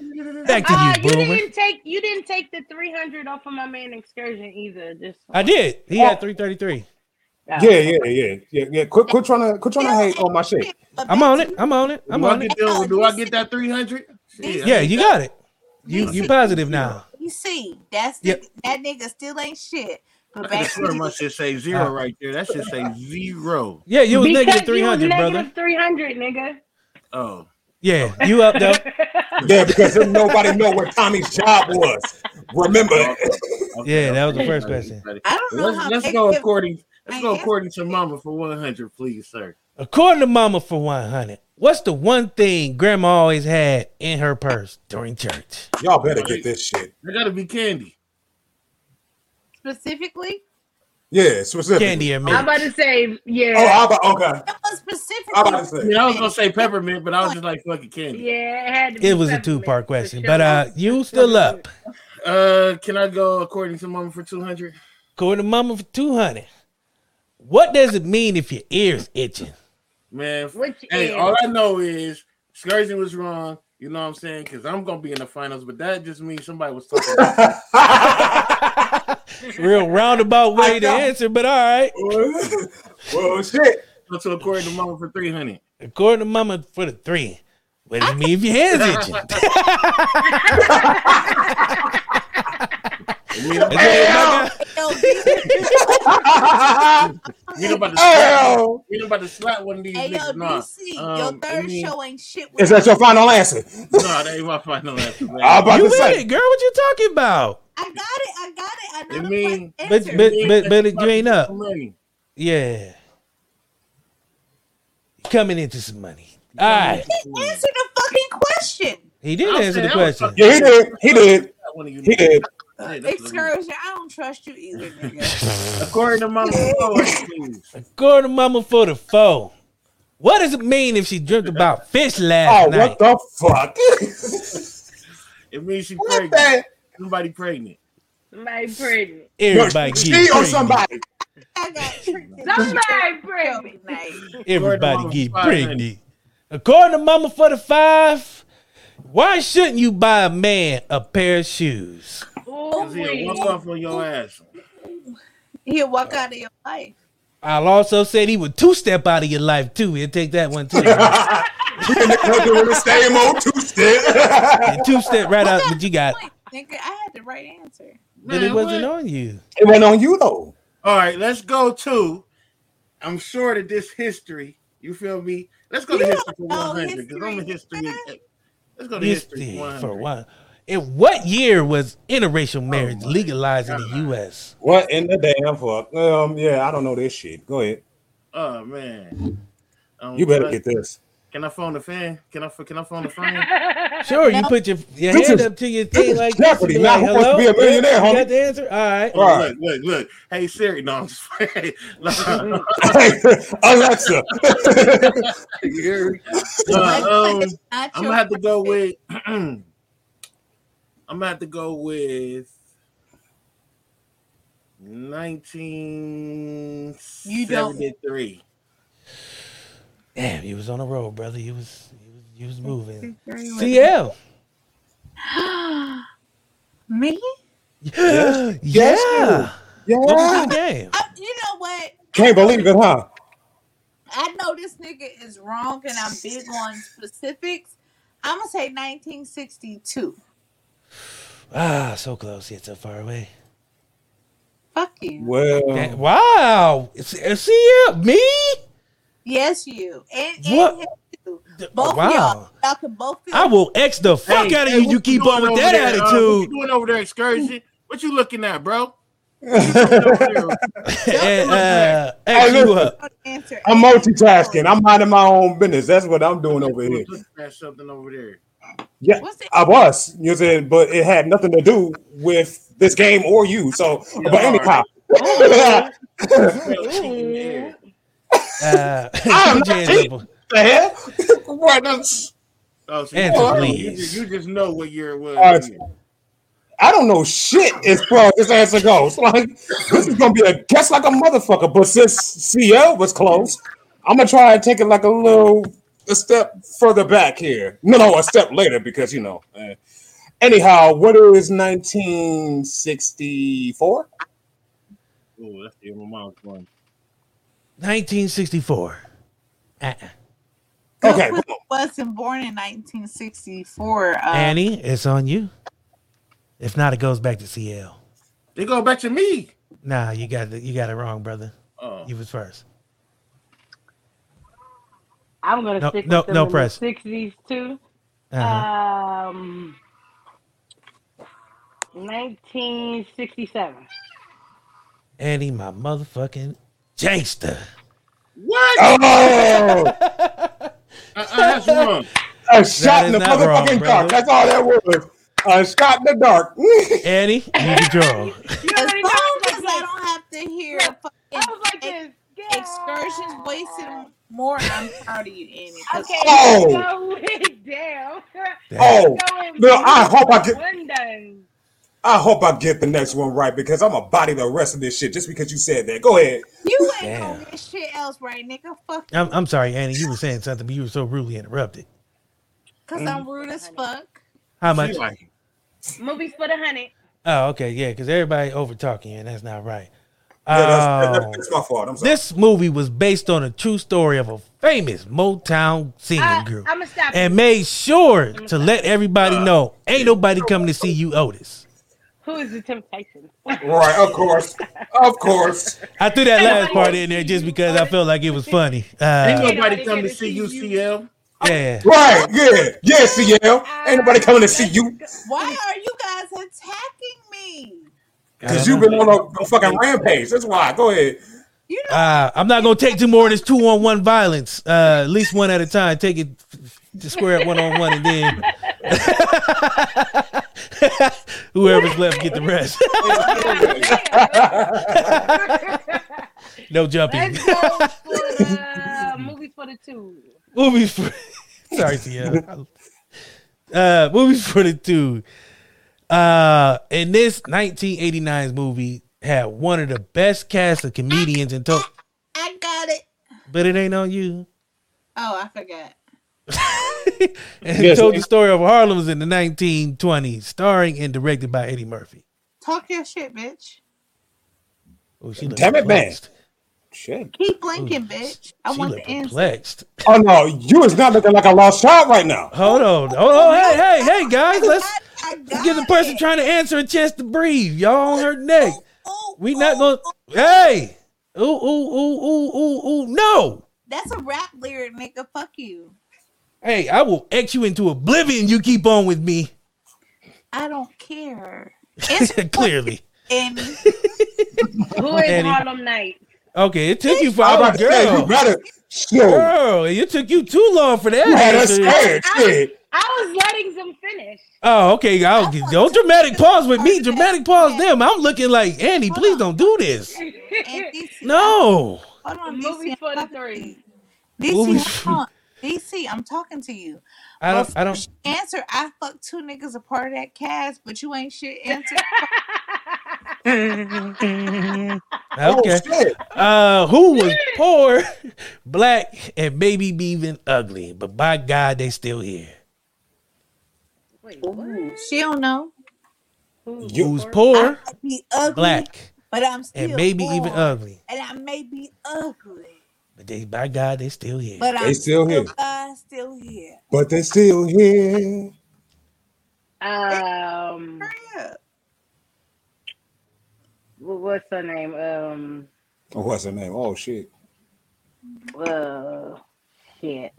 S1: Back to
S5: Uh,
S1: you,
S5: you
S1: Boomer.
S5: didn't take you didn't take the three hundred off of my man excursion either. Just
S1: I did. He had 333.
S6: Yeah, yeah, yeah, yeah, yeah. Quit, quit trying to, quit trying to hate on my shit.
S7: But
S1: I'm
S7: back
S1: on
S7: to
S1: it.
S7: you,
S1: I'm on it. I'm
S8: do, I
S1: on it.
S8: get that, do I get that 300?
S1: Yeah, you got it. You you positive now.
S7: DC, that's
S1: Yep.
S7: the, that nigga still ain't shit. But
S8: I
S7: back to
S8: swear
S7: you.
S8: my shit say zero right there. That should say zero.
S1: Yeah, you was negative
S5: Because you was
S1: 300, brother.
S5: negative 300, nigga.
S8: Oh.
S1: Yeah, you up though.
S6: Yeah, because then nobody know what Tommy's job was. Remember,
S8: Okay,
S1: Yeah, that was the
S8: okay,
S1: first
S8: buddy,
S1: question.
S8: buddy.
S7: I don't know
S8: Let's,
S7: how
S8: let's
S7: they
S8: go
S7: give-
S8: according. Let's
S7: I
S8: go
S7: guess-
S8: according to Mama for one hundred, please, sir.
S1: According to Mama for 100, what's the one thing Grandma always had in her purse during church?
S6: y'all better get this shit.
S8: There gotta be candy.
S7: specifically.
S6: Yeah, specifically.
S1: Candy and
S5: I'm
S1: milk.
S5: about to say,
S6: Oh,
S5: yeah,
S6: I about, okay. I about
S7: That was
S6: to
S7: specifically.
S8: I,
S6: say.
S8: mean, I was gonna say peppermint, but I was just like fucking candy.
S5: yeah. It, had to be
S1: It was a
S5: peppermint,
S1: two part
S5: for
S1: question,
S5: sure.
S1: but uh, you still up.
S8: Uh, can I go according to Mama for two hundred?
S1: According to Mama for 200, what does it mean if your ears itching?
S8: Man, f-
S5: Which
S8: hey,
S5: is-
S8: all I know is Scourging was wrong. You know what I'm saying? Because I'm gonna be in the finals, but that just means somebody was talking. about
S1: Real roundabout way
S6: I
S1: to
S6: know.
S1: answer, but all right.
S6: well, shit.
S8: So according to Mama for three hundred.
S1: According to Mama for the three, what does it mean if your hands itching?
S6: Damn.
S7: No, DC,
S8: We about to slap.
S6: Damn.
S8: We about to slap one of these
S7: hey, yo,
S8: niggas. Nah,
S7: DC, your
S8: Um,
S7: third
S8: it mean-
S7: show ain't shit.
S6: Is that your final answer?
S8: nah, that ain't my final answer. man.
S6: I about
S1: You
S6: to
S1: with
S6: say.
S1: it, girl? What you talking about?
S7: I got it. I got it. I know
S8: It
S7: the
S8: mean-
S7: fuck
S1: But
S7: answer.
S1: but but but you ain't up.
S8: Money.
S1: Yeah. Coming into some money. All right.
S7: answer the fucking question.
S1: He did
S8: I'll
S1: answer the
S8: say that was
S1: question.
S6: Yeah, he did. He did.
S8: One of you
S6: He did.
S8: Hey, that's what I mean.
S7: Excursion, I don't trust you either, nigga.
S8: According to Mama for please.
S1: According to Mama for the foe. What does it mean if she dreamt about fish last
S6: Oh,
S1: night?
S6: what the fuck?
S8: It means she
S6: what
S8: pregnant.
S6: that?
S8: Somebody pregnant.
S5: Somebody pregnant.
S1: Everybody
S6: she
S1: get
S6: or
S1: pregnant.
S6: somebody?
S7: I got tricked into
S5: Somebody
S7: show
S5: pregnant.
S7: tonight.
S1: Everybody
S8: Mama
S1: get
S8: five
S1: pregnant. According to Mama for the five, why shouldn't you buy a man a pair of shoes?
S5: Oh,
S8: See,
S5: wait.
S8: walk off on your ass.
S7: He'll walk
S8: Uh,
S7: out of your life.
S1: I'll also say he would two step out of your life too. He'll take that one too.
S6: We in the club doing the same old two step.
S1: two step right out what you got.
S7: Wait, nigga, I had the right answer.
S1: Then it
S8: Man,
S1: wasn't
S8: what?
S1: on you.
S6: it went on you though.
S8: All right, let's go to. I'm sure that this history, you feel me? Let's go to
S7: You
S8: history
S7: don't
S8: for
S7: know
S8: 100 because I'm a
S7: history,
S8: history.
S7: man.
S8: Let's go to history
S1: History
S8: for 100.
S1: for one. In what year was
S6: Oh
S1: interracial marriage legalized in the U.S.?
S6: What in the damn fuck? Um, yeah, I don't know this shit. Go ahead.
S8: Oh, man. Um,
S6: You better
S8: can I-
S6: get this.
S8: Can I phone the fan? Can I, can I phone the fan?
S1: Sure, you put your, your
S6: This
S1: hand
S6: is-
S1: up to your
S6: this
S1: thing
S6: is
S1: like
S6: Jeopardy,
S1: this.
S6: not Who Wants to Be a Millionaire,
S1: You
S6: homie.
S1: got the answer? All right.
S6: All right.
S8: Look, look, look. Hey Siri, no, I'm just playing. No,
S6: Alexa.
S10: You hear me?
S8: um,
S7: Not
S8: I'm
S7: your
S8: gonna have to go with. I'm gonna have to go with. 1973.
S1: Damn, you was on the road, brother. You was you was, you was moving.
S7: three with-
S1: CL.
S7: Me?
S1: Yeah.
S6: Yes,
S1: yeah.
S6: yeah.
S1: What was your game?
S7: I, Uh, you know what?
S6: Can't believe it, huh?
S7: I know this nigga is wrong, and I'm big on specifics. I'm gonna say 1962.
S1: Ah, so close yet so far away.
S7: Fuck you.
S1: Dang-
S6: Well,
S1: Wow. It's- it's CL, me?
S7: Yes, you. And, and
S1: What?
S7: him, too. Both
S1: Wow.
S7: of y'all. Y'all can both. feel-
S1: I will X the fuck
S8: Hey,
S1: out of
S8: hey,
S1: you.
S8: what
S1: You keep
S8: doing
S1: on with
S8: over
S1: that
S8: there, uh, what
S1: attitude.
S8: you doing over there, excursion? What you looking at, bro? What you doing over there?
S1: And, uh,
S6: Hey,
S1: X you
S6: listen.
S1: up.
S7: answer.
S6: I'm multitasking. I'm minding my own business. That's what I'm doing over here.
S8: Looking at something over there.
S6: Yeah,
S7: What's the-
S6: I was. You know what I'm saying? But it had nothing to do with this game or you. So, but anyhow,
S8: Oh.
S6: the
S8: Smell cheek in the air.
S1: Uh,
S6: I'm
S1: put your
S6: not
S1: hands
S6: cheating.
S1: up.
S6: hell? What? That's-
S8: Oh, so
S1: Answer,
S8: you, you,
S1: please.
S8: just, you just know what year it was.
S6: Alright. I don't know shit as far as this answer goes. Like this is gonna be a guess like a motherfucker. But since CL was close, I'm gonna try and take it like a little a step further back here. No, no, a step later because you know. eh. Anyhow, what is 1964?
S8: Oh, that's the year my mom's born.
S1: 1964. Uh-uh.
S6: Okay,
S7: Goodwin wasn't born in 1964. Uh,
S1: Annie, it's on you. If not, it goes back to CL.
S8: They go back to me.
S1: Nah, you got it. You got it wrong, brother.
S8: Oh,
S1: You was first.
S5: I'm gonna
S1: No-
S5: stick
S1: no-
S5: with them
S1: no
S5: in
S1: press.
S5: the 60s too.
S8: Uh,
S1: Uh-huh.
S5: Um, 1967.
S1: Annie, my motherfucking gangster.
S8: what?
S6: oh,
S8: Uh, uh, that's wrong.
S6: a shot in
S1: That is
S6: the
S1: not wrong,
S6: motherfucking dark.
S1: brother.
S6: That's all that was. A shot in the dark.
S1: Annie, you be drawn.
S5: You
S7: as long
S5: already know I was
S7: as I
S5: like
S7: don't have to hear
S5: Yeah.
S7: fucking
S5: this. I was like this. Yeah.
S7: excursions wasted more, I'm proud of you, Annie. 'cause
S5: Okay.
S6: Oh.
S5: Go it down.
S6: Oh, Bill, I hope I get-
S5: One done.
S6: I hope I get the next one right because I'm gonna body the rest of this shit just because you said that. Go ahead.
S7: You ain't
S1: Damn.
S7: gonna get shit else right, nigga. Fuck
S1: I'm, I'm sorry, Annie. You were saying something, but you were so rudely interrupted.
S7: Because I'm rude as fuck.
S1: How much?
S8: She like it.
S5: Movies for the honey.
S1: Oh, okay, yeah, because everybody over talking you, and that's not right.
S6: Yeah, that's, that-
S1: Oh.
S6: that's my fault. I'm sorry.
S1: this movie was based on a true story of a famous Motown singing
S5: I,
S1: group,
S5: I'm gonna stop. you.
S1: and made sure to let everybody know ain't nobody coming to see you, Otis.
S5: Who is the Temptations?
S6: right, of course, of course.
S1: I threw that
S5: Ain't
S1: last
S5: nobody
S1: part
S5: gonna
S1: in there
S5: see
S1: just
S5: you,
S1: because I
S5: Otis.
S1: felt like it was funny.
S8: Ain't
S1: Uh,
S5: nobody
S8: nobody come
S5: gonna
S8: to see
S5: see
S8: you,
S5: you.
S8: CL.
S1: yeah,
S6: Right, yeah, yeah, CL. Ain't nobody coming to see you
S7: Why are you guys attacking me?
S6: because you've been on a, a fucking rampage. That's why. Go ahead.
S7: You know,
S1: uh, I'm not gonna take two more of this two on one violence. Uh, at least one at a time. Take it to square it one on one, and then whoever's left get the rest. no jumping.
S5: Let's go for the movies for the two.
S1: movies for sorry Tia. uh movies for the two uh and this 1989's movie had one of the best cast of comedians in to-
S7: I got it.
S1: but it ain't on you
S7: Oh, I forgot.
S1: and
S6: Yes,
S1: told
S6: it-
S1: the story of harlem's in the 1920s starring and directed by eddie murphy
S7: Talk your shit, bitch.
S1: oh she looked
S6: Damn it, man.
S1: perplexed.
S6: Shit.
S7: Keep blinking, bitch. I
S1: she
S7: want the
S1: looked
S7: answer.
S1: perplexed
S6: Oh no, you is not looking like a lost child right now.
S1: hold on hold on Oh, hey hey hey guys let's
S7: I got
S1: give the person
S7: it. Oh,
S1: trying to answer a chance to breathe y'all on her neck
S7: Ooh,
S1: We
S7: ooh,
S1: not gonna.
S7: ooh.
S1: Hey! Ooh, ooh, ooh, ooh, ooh, ooh. No!
S7: That's a rap lyric, nigga. Fuck you.
S1: Hey, I will X you into oblivion. You keep on with me.
S7: I don't care. It's
S1: Clearly.
S7: and
S5: Who is
S1: Annie.
S5: Harlem Night?
S1: Okay, it took you for
S6: I'm
S1: our
S6: about to say you
S1: Oh, girl.
S6: better. Shoot.
S1: Girl, it took you too long for that.
S6: You had us
S1: answer.
S6: scared. Shit.
S5: I was letting them finish.
S1: Oh, okay. I'll get don't dramatic pause with me. Dramatic pause them. I'm looking like Andy. Please don't do this. No.
S7: Hold on,
S5: Movie 43.
S1: Movie-
S7: DC, hold on. DC, I'm talking to you.
S1: I don't. I don't.
S7: Answer, I fucked two niggas a part of that cast, but you ain't shit. Answer.
S1: Okay. Uh, who was poor, black, and maybe even ugly, but by God, they still here.
S7: she don't know.
S1: Who's poor,
S7: I be ugly,
S1: black,
S7: but I'm still
S1: and maybe
S7: born,
S1: even ugly,
S7: And I may be ugly,
S1: but they by God, they still here.
S7: but I'm
S6: They still here.
S7: I'm still here.
S6: But they still here.
S5: Um,
S7: Yeah.
S5: wh- what's her name? Um,
S6: Oh, what's her name? Oh shit.
S5: uh, shit.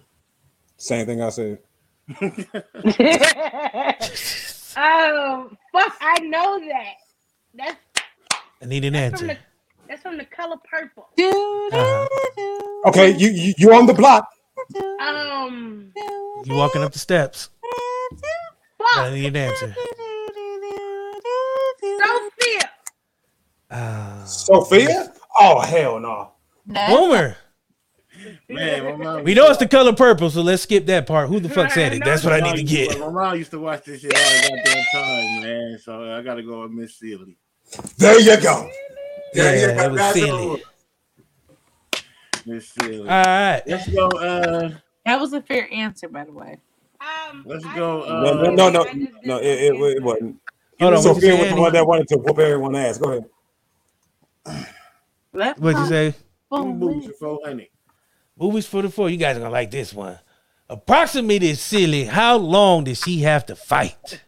S6: Same thing I said.
S5: um, fuck, I know that. That's
S1: I need an
S5: from the
S1: answer.
S5: that's from the color purple.
S1: Uh-huh.
S6: Okay, you you, you on the block.
S5: Um,
S1: You walking up the steps. I
S5: fuck,
S1: need an answer.
S5: Sophia.
S1: Uh,
S6: Sophia? Oh hell no.
S7: No,
S1: Boomer.
S8: Man, my mom,
S1: We know it's the color purple, so let's skip that part. Who the fuck said it? That's what I need to get.
S8: My mom used to watch this shit all goddamn time, man. So I gotta go with Miss Sealy.
S6: There you go. There
S1: Yeah,
S6: you go.
S1: that was
S6: That's
S1: silly.
S6: all.
S8: Miss Sealy.
S1: All right.
S8: let's go. Uh,
S7: that was a fair answer, by the way.
S5: Um,
S8: Let's
S5: I
S8: go,
S5: don't
S8: uh,
S5: know.
S6: No, no, no, no,
S5: I just
S6: no. It,
S5: didn't
S6: it, it
S5: understand.
S6: wasn't.
S1: Hold on. What you
S6: Sophia
S1: say,
S6: was the
S1: Andy?
S6: one that wanted to whoop everyone's ass. Go ahead.
S7: Left
S1: What'd you
S7: palm,
S1: say?
S7: boom,
S8: movies
S7: left.
S8: four hundred.
S1: Movies for the four. You guys are gonna like this one. Approximately is silly. How long did she have to fight?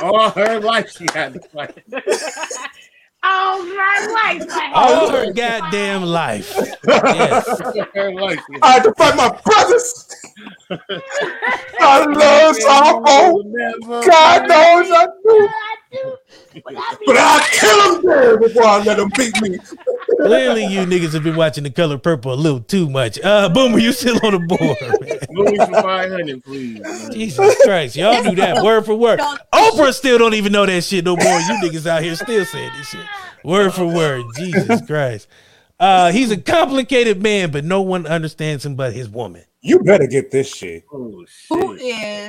S8: All her life she had to fight.
S5: All Oh, my life. I
S6: Oh.
S1: All
S5: had-
S1: her goddamn life. Yes.
S8: All her life. she
S6: I had
S8: had
S6: to fight my brothers. I
S1: Oh,
S6: love Sopho.
S8: Never
S6: God knows I do.
S5: I do, but I be
S6: But I'll kill him dead before I let him beat me.
S1: Clearly, you niggas have been watching the color purple a little too much. Uh, Boomer, you still on the board? Man.
S8: Movies for five hundred, please. man.
S1: Jesus Christ, y'all do that word for word. Oprah still don't even know that shit no more. You niggas out here still saying this shit word for word. Jesus Christ. Uh, he's a complicated man, but no one understands him but his woman.
S6: You better get this shit.
S8: Oh
S7: Who
S8: shit!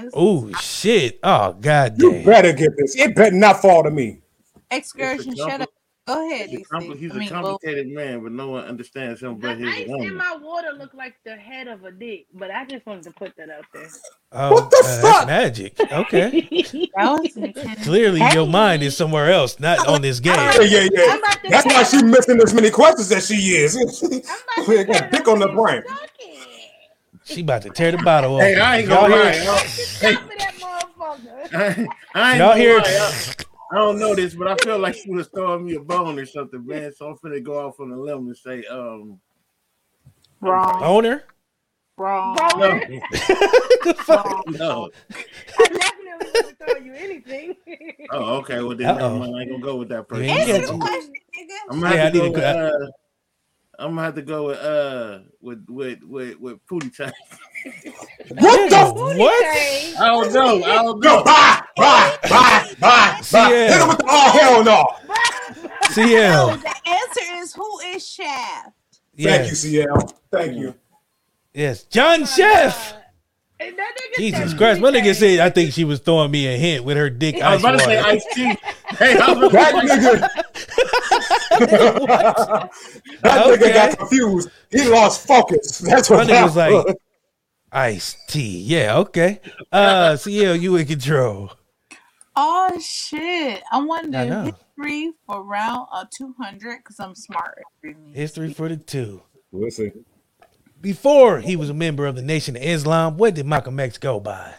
S7: is
S1: Oh shit! Oh
S6: You
S1: goddamn!
S6: better get this. It better not fall to me.
S7: excursion?
S8: It's a
S7: Shut up. Go ahead,
S8: He's a,
S7: DC.
S8: compli- he's
S7: I mean,
S8: a
S7: well,
S8: complicated man, but no one understands him
S5: the
S8: but his
S5: ice in
S8: woman.
S5: my water looked like the head of a dick, but I just wanted to put that out there.
S1: Oh,
S6: What the
S1: uh, that's
S6: fuck?
S1: magic. Okay.
S7: that was intense.
S1: Clearly, your mind is somewhere else, not on this game.
S6: Yeah, yeah, yeah.
S5: I'm about to
S6: That's
S5: tell-
S6: why she missing as many questions as she is.
S5: I'm
S6: She
S5: about to
S6: got
S5: tell
S6: dick on the
S5: them
S6: brain.
S5: suck
S1: She about to tear the bottle off.
S8: Hey, I ain't gonna
S1: Y'all
S8: lie.
S1: hear-
S5: it. Stop that motherfucker.
S8: I, I ain't
S1: Y'all
S8: gonna
S1: hear?
S8: lie, I- I don't know this, but I feel like she was throwing me a bone or something, man. So I'm finna go off on a limb and say, um,
S7: Wrong,
S1: Owner?
S7: wrong.
S8: no,
S5: Baller,
S8: no.
S5: I definitely wouldn't throw you anything.
S8: Oh, okay. Well, then
S1: Uh-oh.
S8: never mind. I ain't gonna go with that
S1: You
S8: person.
S1: ain't
S7: Answer the
S1: catching.
S7: question, nigga.
S8: I'm gonna
S1: Yeah,
S8: have to
S1: I
S8: go
S1: need to
S8: with,
S1: go-
S8: uh, I'm gonna have to go with uh with with with with Pootie Time.
S6: What the? F-
S1: Nigga, What?
S5: Okay.
S8: I don't know. I don't know.
S6: no, bye, bye, bye, bye, bye.
S1: Yeah.
S6: Hit him with the oh hell no.
S1: CL.
S7: The answer is who is Shaft?
S6: Thank you,
S1: Yes.
S6: CL. Thank you.
S1: Yes.
S6: Oh,
S1: John Chef.
S5: And that nigga
S1: Jesus
S5: said
S1: Christ. My nigga
S5: anything.
S1: said, I think she was throwing me a hint with her dick
S8: I was
S1: ice
S8: about to say
S1: water.
S8: Ice T. Hey, I was
S6: That nigga. that nigga
S1: Okay.
S6: got confused. He lost focus. That's
S1: My
S6: what
S1: nigga was
S6: happened.
S1: like, Ice tea. Yeah, okay. Uh, CL, you in control.
S7: Oh shit! I wanted
S1: I know.
S7: history for round of two hundred because I'm smart.
S1: History for the two.
S6: Listen,
S1: Before he was a member of the Nation of Islam, what did Malcolm X go by?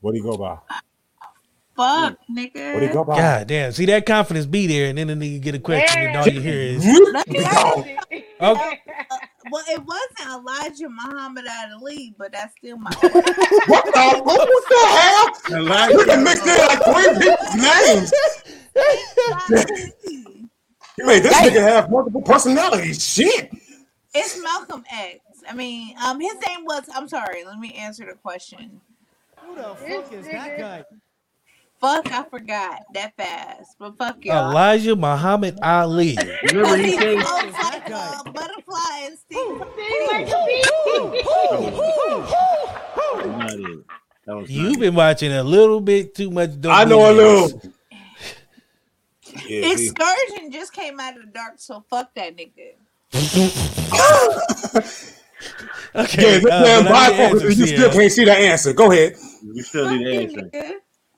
S6: what do you go by?
S7: Fuck,
S6: What do
S7: nigga.
S6: you go by?
S1: God damn. See, that confidence be there, and then the nigga get a question, and all you hear is, "Oh,
S7: Look at
S6: No.
S7: that.
S1: okay.
S7: Well, it wasn't Elijah Muhammad Ali, but that's still my.
S6: What the? What the hell? You
S8: like,
S6: can mix in like three people's names.
S7: it's
S6: You made this nigga have multiple personalities. Shit.
S7: Malcolm X. I mean, um, his name was. I'm sorry. Let me answer the question.
S11: Who the fuck is that guy?
S7: Fuck, I forgot that fast. But fuck y'all.
S1: Elijah Muhammad Ali.
S7: Remember he said "Oh, butterfly and Steve.
S8: Not it. That was
S1: You've been watching a little bit too much.
S6: I know a little.
S7: Excursion just came out of the dark, so fuck that nigga.
S6: yeah,
S1: okay.
S6: this
S1: uh, but I need
S6: man
S1: to
S6: blindfolded.
S1: answer,
S6: You still
S1: CL.
S6: can't see the answer. Go ahead.
S8: You still need to answer.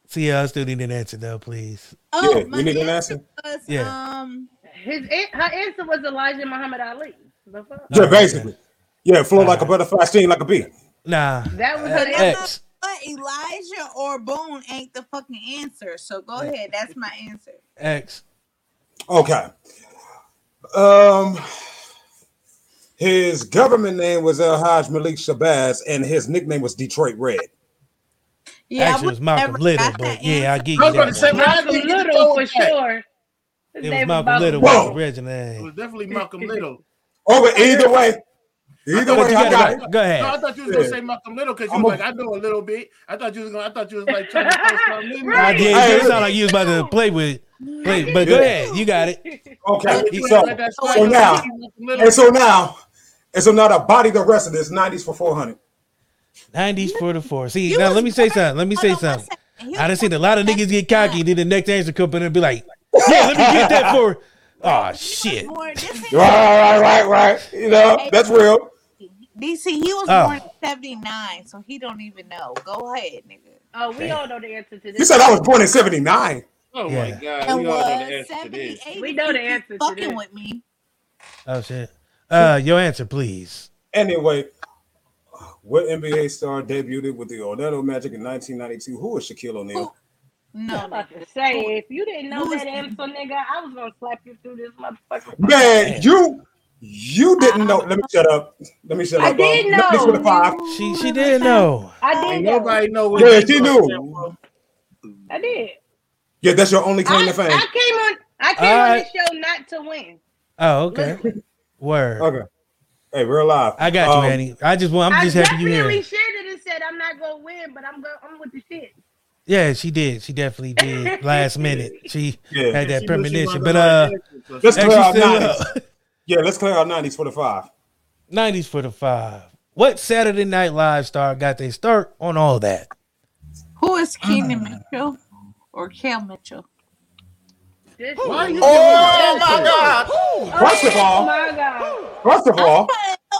S1: CL, uh, I still need an answer though, please.
S7: Oh,
S6: yeah, we need an answer.
S7: Was,
S1: Yeah.
S7: um,
S5: His an- her answer was Elijah Muhammad Ali. The fuck?
S6: Yeah, basically. Yeah, flow like a butterfly, sting like a bee.
S1: Nah.
S5: That was
S1: Uh,
S5: her answer.
S1: X.
S7: but Elijah or Boone ain't the fucking answer. So go ahead. That's my answer.
S1: X.
S6: Okay. Um, his government name was El Haj Malik Shabazz, and his nickname was Detroit Red.
S7: Yeah, I
S1: Actually, it was
S7: would've
S1: Malcolm
S7: never
S1: Little,
S7: got
S1: but
S7: that
S1: yeah, I
S7: answer.
S1: get you.
S8: I was about to
S1: That
S8: say,
S1: one.
S8: why
S5: Malcolm
S8: did you
S5: Little
S8: throw
S5: for
S8: it back?
S5: sure. His
S1: It
S5: name
S1: was Malcolm Little
S6: Whoa.
S1: was the original
S8: It was
S1: name.
S8: definitely Malcolm Little.
S6: Oh, but either way, either
S1: But
S6: way,
S1: you
S6: I got
S1: gotta
S6: it.
S1: go, go ahead.
S8: No, I thought you was gonna
S6: Yeah.
S8: say Malcolm Little because you
S6: I'm
S8: was
S6: a-
S8: like, I know a little bit. I thought you was gonna, I thought you was like trying to throw something in there.
S1: I
S5: Right.
S1: did. It
S6: Hey,
S1: sounded like you was about to play with, play, but go
S6: Yeah.
S1: ahead. You got it.
S6: Okay,
S8: You
S6: so,
S8: ain't let that slide.
S6: so
S8: You
S6: now,
S8: see Malcolm Little.
S6: and so now, and so now, the body the rest of this '90s for 400.
S1: Nineties for the four. See
S7: You
S1: now,
S7: was
S1: let me say
S7: right.
S1: something. Let me
S7: Hold
S1: say
S7: on one
S1: something.
S7: second. He
S1: I done
S7: was
S1: seen a lot of
S7: right.
S1: niggas get cocky. Then the next answer come in and be like, "Yeah, let me get that for." Oh shit.
S7: More, this
S6: Right, right, right, right. You know that's real.
S7: DC, he was
S1: Oh.
S7: born in 79, so he don't even know. Go ahead, nigga.
S5: Oh, we all know the answer to this.
S6: You said I was born in '79.
S8: Oh
S1: Yeah.
S8: my god,
S7: And
S8: we all know the
S7: was
S8: answer to this.
S7: 78.
S5: We know the answer to
S7: Fucking
S5: this.
S7: with me.
S1: Oh shit. Uh, your answer, please.
S6: Anyway, what NBA star debuted with the Orlando Magic in 1992? Who is Shaquille
S1: Oh.
S6: O'Neal?
S7: No,
S5: I'm about
S7: nigga.
S5: to say, if you didn't know
S7: Who is-
S5: that answer, nigga, I was gonna slap you through this motherfucker.
S6: Man, you you didn't know. Let me shut up. Let me shut
S5: I
S6: up. um,
S5: did
S6: let me
S5: know.
S6: shut the five.
S1: She she did know.
S5: I did
S8: Ain't
S5: know.
S8: nobody know what
S6: Yeah,
S8: they
S6: she
S8: thought
S6: knew.
S8: that was.
S5: I did.
S6: Yeah, that's your only claim
S5: I,
S6: to
S5: I came
S6: fame.
S5: on. I came on this show not to win.
S1: Oh okay. Word.
S6: Okay. Hey, we're live.
S1: I got you,
S6: Um,
S1: Annie. I just want. I'm
S5: I
S1: just happy you here.
S5: definitely should have just said I'm not gonna win, but I'm going. I'm with the shit.
S1: Yeah, she did. She definitely did. Last minute, she
S6: Yeah.
S1: had that
S8: She knew she
S1: premonition.
S8: wasn't
S1: But uh,
S8: gonna answer, so
S6: Let's
S8: she-
S1: Hey,
S6: clear
S1: she
S6: out
S1: still
S6: nineties. Yeah, let's clear out nineties for the five.
S1: nineties for the five. What Saturday Night Live star got their start on all that?
S7: Who is Keenan Mitchell or Kel Mitchell?
S5: This
S8: Why you
S6: Oh my God! First of
S5: Oh
S6: all,
S5: my god!
S6: first of all,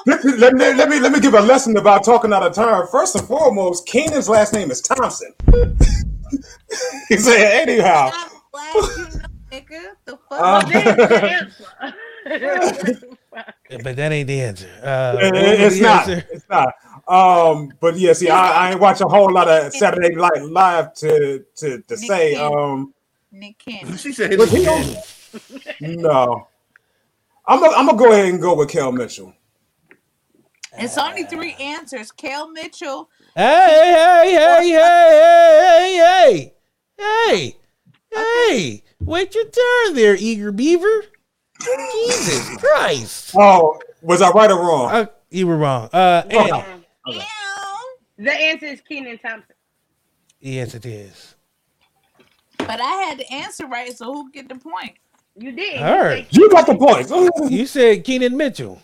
S6: let, let me, let me let me give a lesson about talking out of turn. First and foremost, Keenan's last name is Thompson. he said anyhow.
S7: I'm glad you know, nigga. The fuck?
S6: Uh,
S5: There's the answer.
S1: But that ain't the answer. Uh,
S6: It-
S1: what was
S6: it- it's
S1: the
S6: not.
S1: answer?
S6: It's not. Um, but yeah, see, I, I ain't watch a whole lot of Saturday Night Live to to to say. Um,
S7: Nick Cannon.
S8: She said,
S6: was he on? No, I'm gonna I'm gonna go ahead and go with Kel Mitchell.
S7: It's only three answers. Kel Mitchell.
S1: Hey, hey, hey, hey, hey, hey, hey, hey! Wait your turn, there, eager beaver. Jesus Christ!
S6: Oh, was I right or wrong?
S1: Uh, you were wrong. Uh, Annie.
S7: Ew.
S5: the answer is Keenan Thompson.
S1: Yes, it is.
S7: But I had the answer right, so who get the point?
S5: You did.
S1: Her.
S6: you got the points.
S1: You said Keenan Mitchell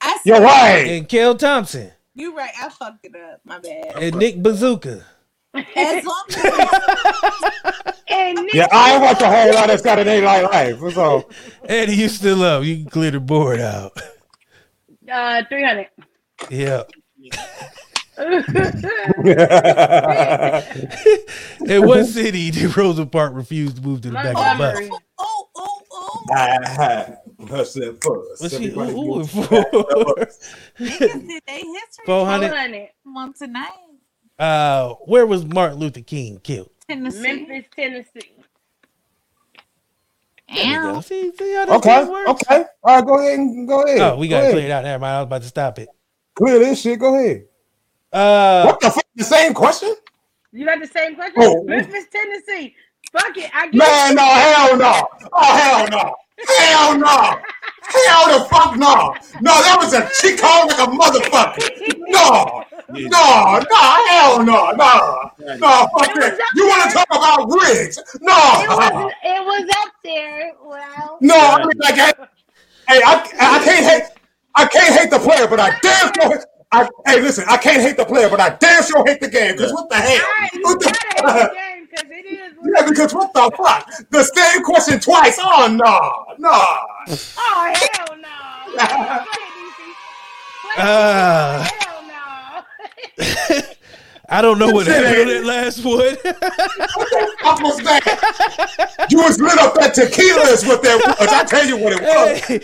S7: I said,
S6: You're right.
S1: and Kel Thompson
S7: You right. I fucked it up. My bad.
S1: and Nick Bazooka.
S7: As long as
S5: And Nick,
S6: Yeah, I ain't watch a whole lot of Saturday Night Live. So
S1: Eddie, you still up. You can clear the board out.
S5: uh, three hundred.
S1: Yeah.
S6: yeah,
S1: In what city did Rosa Park refuse to move to the back of the bus?
S5: Montgomery.
S7: oh, oh, oh,
S1: What's she
S6: Everybody
S1: ooh,
S6: gets-
S1: for?
S7: niggas did they history
S1: Four hundred.
S5: 400.
S7: month tonight.
S1: Uh, where was Martin Luther King killed?
S7: Tennessee.
S5: Memphis, Tennessee.
S1: There we go.
S7: Ew.
S1: See, see how this
S6: Okay,
S1: thing works?
S6: okay. All right, go ahead and go ahead.
S1: Oh, we
S6: Go
S1: got
S6: ahead.
S1: cleared out. Never mind. I was about to stop it.
S6: Clear this shit. Go ahead.
S1: Uh,
S6: What the fuck? The same question?
S5: You got the same question?
S6: Oh.
S5: Memphis, Tennessee. Fuck it. I get
S6: Man, no, hell no. Oh, hell no. Hell no. Hell the fuck no. No, that was a chick hole like a motherfucker. No. No, no, hell no, no, no, fuck that. You want to talk about rigs? No,
S12: It was, it was up there. Well,
S6: no, I mean, like, hey, hey, I, I can't hate, I can't hate the player, but I damn sure, I, hey, listen, I can't hate the player, but I damn sure hate the game. Because what the hell? What the, yeah, because what the fuck? The same question twice. Oh no, no.
S12: oh hell no.
S1: Uh, I don't know what happened to that last one.
S6: I was back. You was lit up that tequila is what that was. I tell you what it was.
S1: Hey,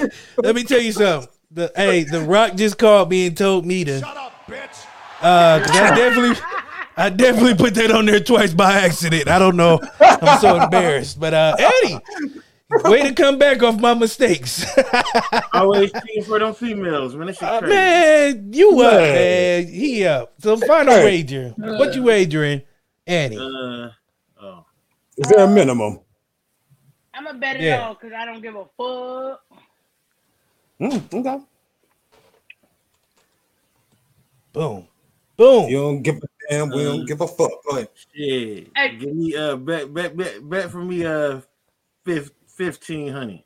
S1: hey, let me tell you something. The, hey, The Rock just called me and told me to. Shut up, bitch. Uh, 'cause I definitely, I definitely put that on there twice by accident. I don't know. I'm so embarrassed. But uh, Eddie, way to come back off my mistakes.
S8: Always cheating for them females, man. That shit crazy.
S1: Uh, man, you up,
S8: Man.
S1: man. He up. So final
S8: Hey.
S1: wager. What you wagering, Annie?
S8: Uh,
S6: Is there a minimum?
S5: I'm a bet it
S1: Yeah.
S5: all because I don't give a fuck.
S6: Mm, okay.
S1: Boom. Boom.
S6: You don't give a damn. We don't give a fuck. Go ahead.
S8: shit. Give me uh bet bet bet bet for me uh fif- fifteen hundred.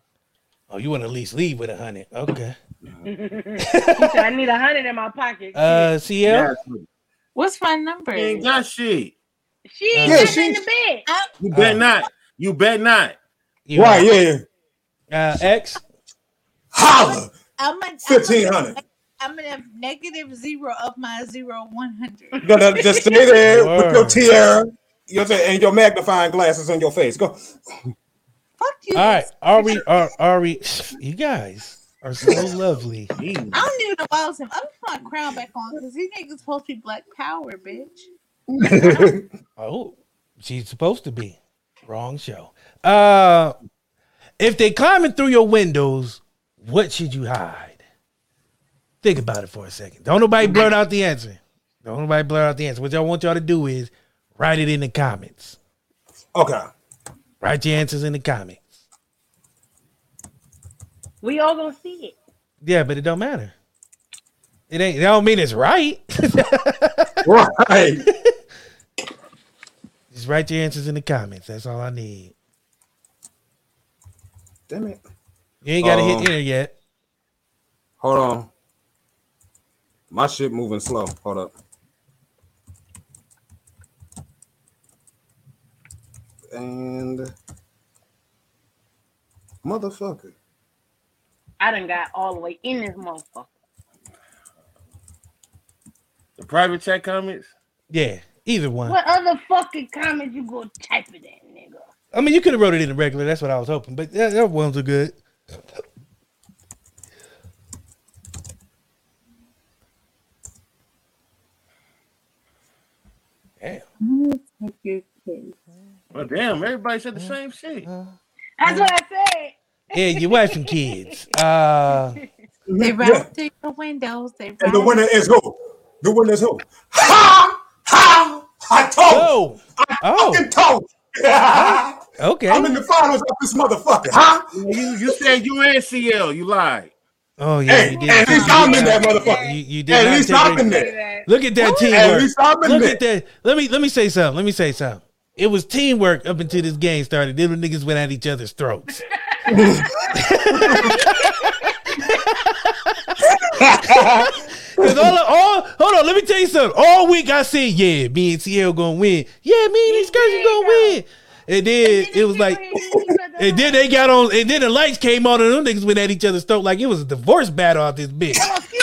S1: Oh, you want to at least leave with a hundred? Okay.
S5: He said, I need a hundred in my pocket.
S1: Uh, CL.
S5: What's my number?
S8: You ain't got shit.
S5: She ain't
S8: Yeah,
S5: got
S8: she-
S5: nothing to bet.
S8: You
S1: Oh.
S8: bet not. You bet not.
S1: You Right,
S6: Yeah.
S1: Uh, X.
S6: Holla.
S7: I'm a
S6: Fifteen hundred.
S7: I'm gonna negative zero of my zero one hundred.
S6: You gotta just stay there with your
S1: Word.
S6: tiara, your t- and your magnifying glasses on your face. Go.
S1: All right, Ari, Ari, Ari, you guys are so lovely.
S7: I don't even know why I was him. I'm gonna put my crown back on because these niggas supposed to be black power, bitch.
S1: Oh, she's supposed to be. Wrong show. Uh, if they climbing through your windows, what should you hide? Think about it for a second. Don't nobody blurt out the answer. Don't nobody blurt out the answer. What y'all want y'all to do is write it in the comments.
S6: Okay.
S1: Write your answers in the comments.
S5: We all gonna see it.
S1: Yeah, but it don't matter. It ain't. That don't mean it's right.
S6: right.
S1: Just write your answers in the comments. That's all I need.
S6: Damn it.
S1: You ain't got to
S6: Um,
S1: hit enter yet.
S6: Hold on. My shit moving slow. Hold up. And motherfucker.
S5: I done got all the way in this motherfucker.
S8: The private chat comments.
S1: Yeah, either one.
S5: What other fucking comment you gonna type it in, nigga?
S1: I mean, you could have wrote it in the regular. That's what I was hoping. But that, that ones are good. Damn.
S8: Well, damn, everybody
S1: Mm.
S8: said the same shit.
S5: That's what I said.
S1: Yeah, your wife and kids. Uh,
S7: They round through your windows. They round
S6: And the winner is who? The winner is who? Ha! Ha! I told you. Oh, I fucking told you.
S1: oh, okay.
S6: I'm in the finals of this motherfucker, huh?
S8: You you said you and CL. You lied.
S1: oh yeah,
S6: Hey,
S1: you did.
S6: at
S1: you
S6: least
S1: did
S6: I'm
S1: not-
S6: in that motherfucker.
S1: You, you did
S6: At
S1: not
S6: least
S1: take
S6: I'm
S1: it-
S6: in there.
S1: Look at that
S6: At
S1: teamwork.
S6: least I'm in
S1: Look
S6: there.
S1: at that. Let me let me say something. Let me say something. It was teamwork up until this game started. Then the niggas went at each other's throats. Cause all, all hold on, let me tell you something. All week I said, yeah, me and CL gonna win. Yeah, me and these girls gonna win. And then it was like, and then they got on, and then the lights came on, and them niggas went at each other's throat like it was a divorce battle out this bitch.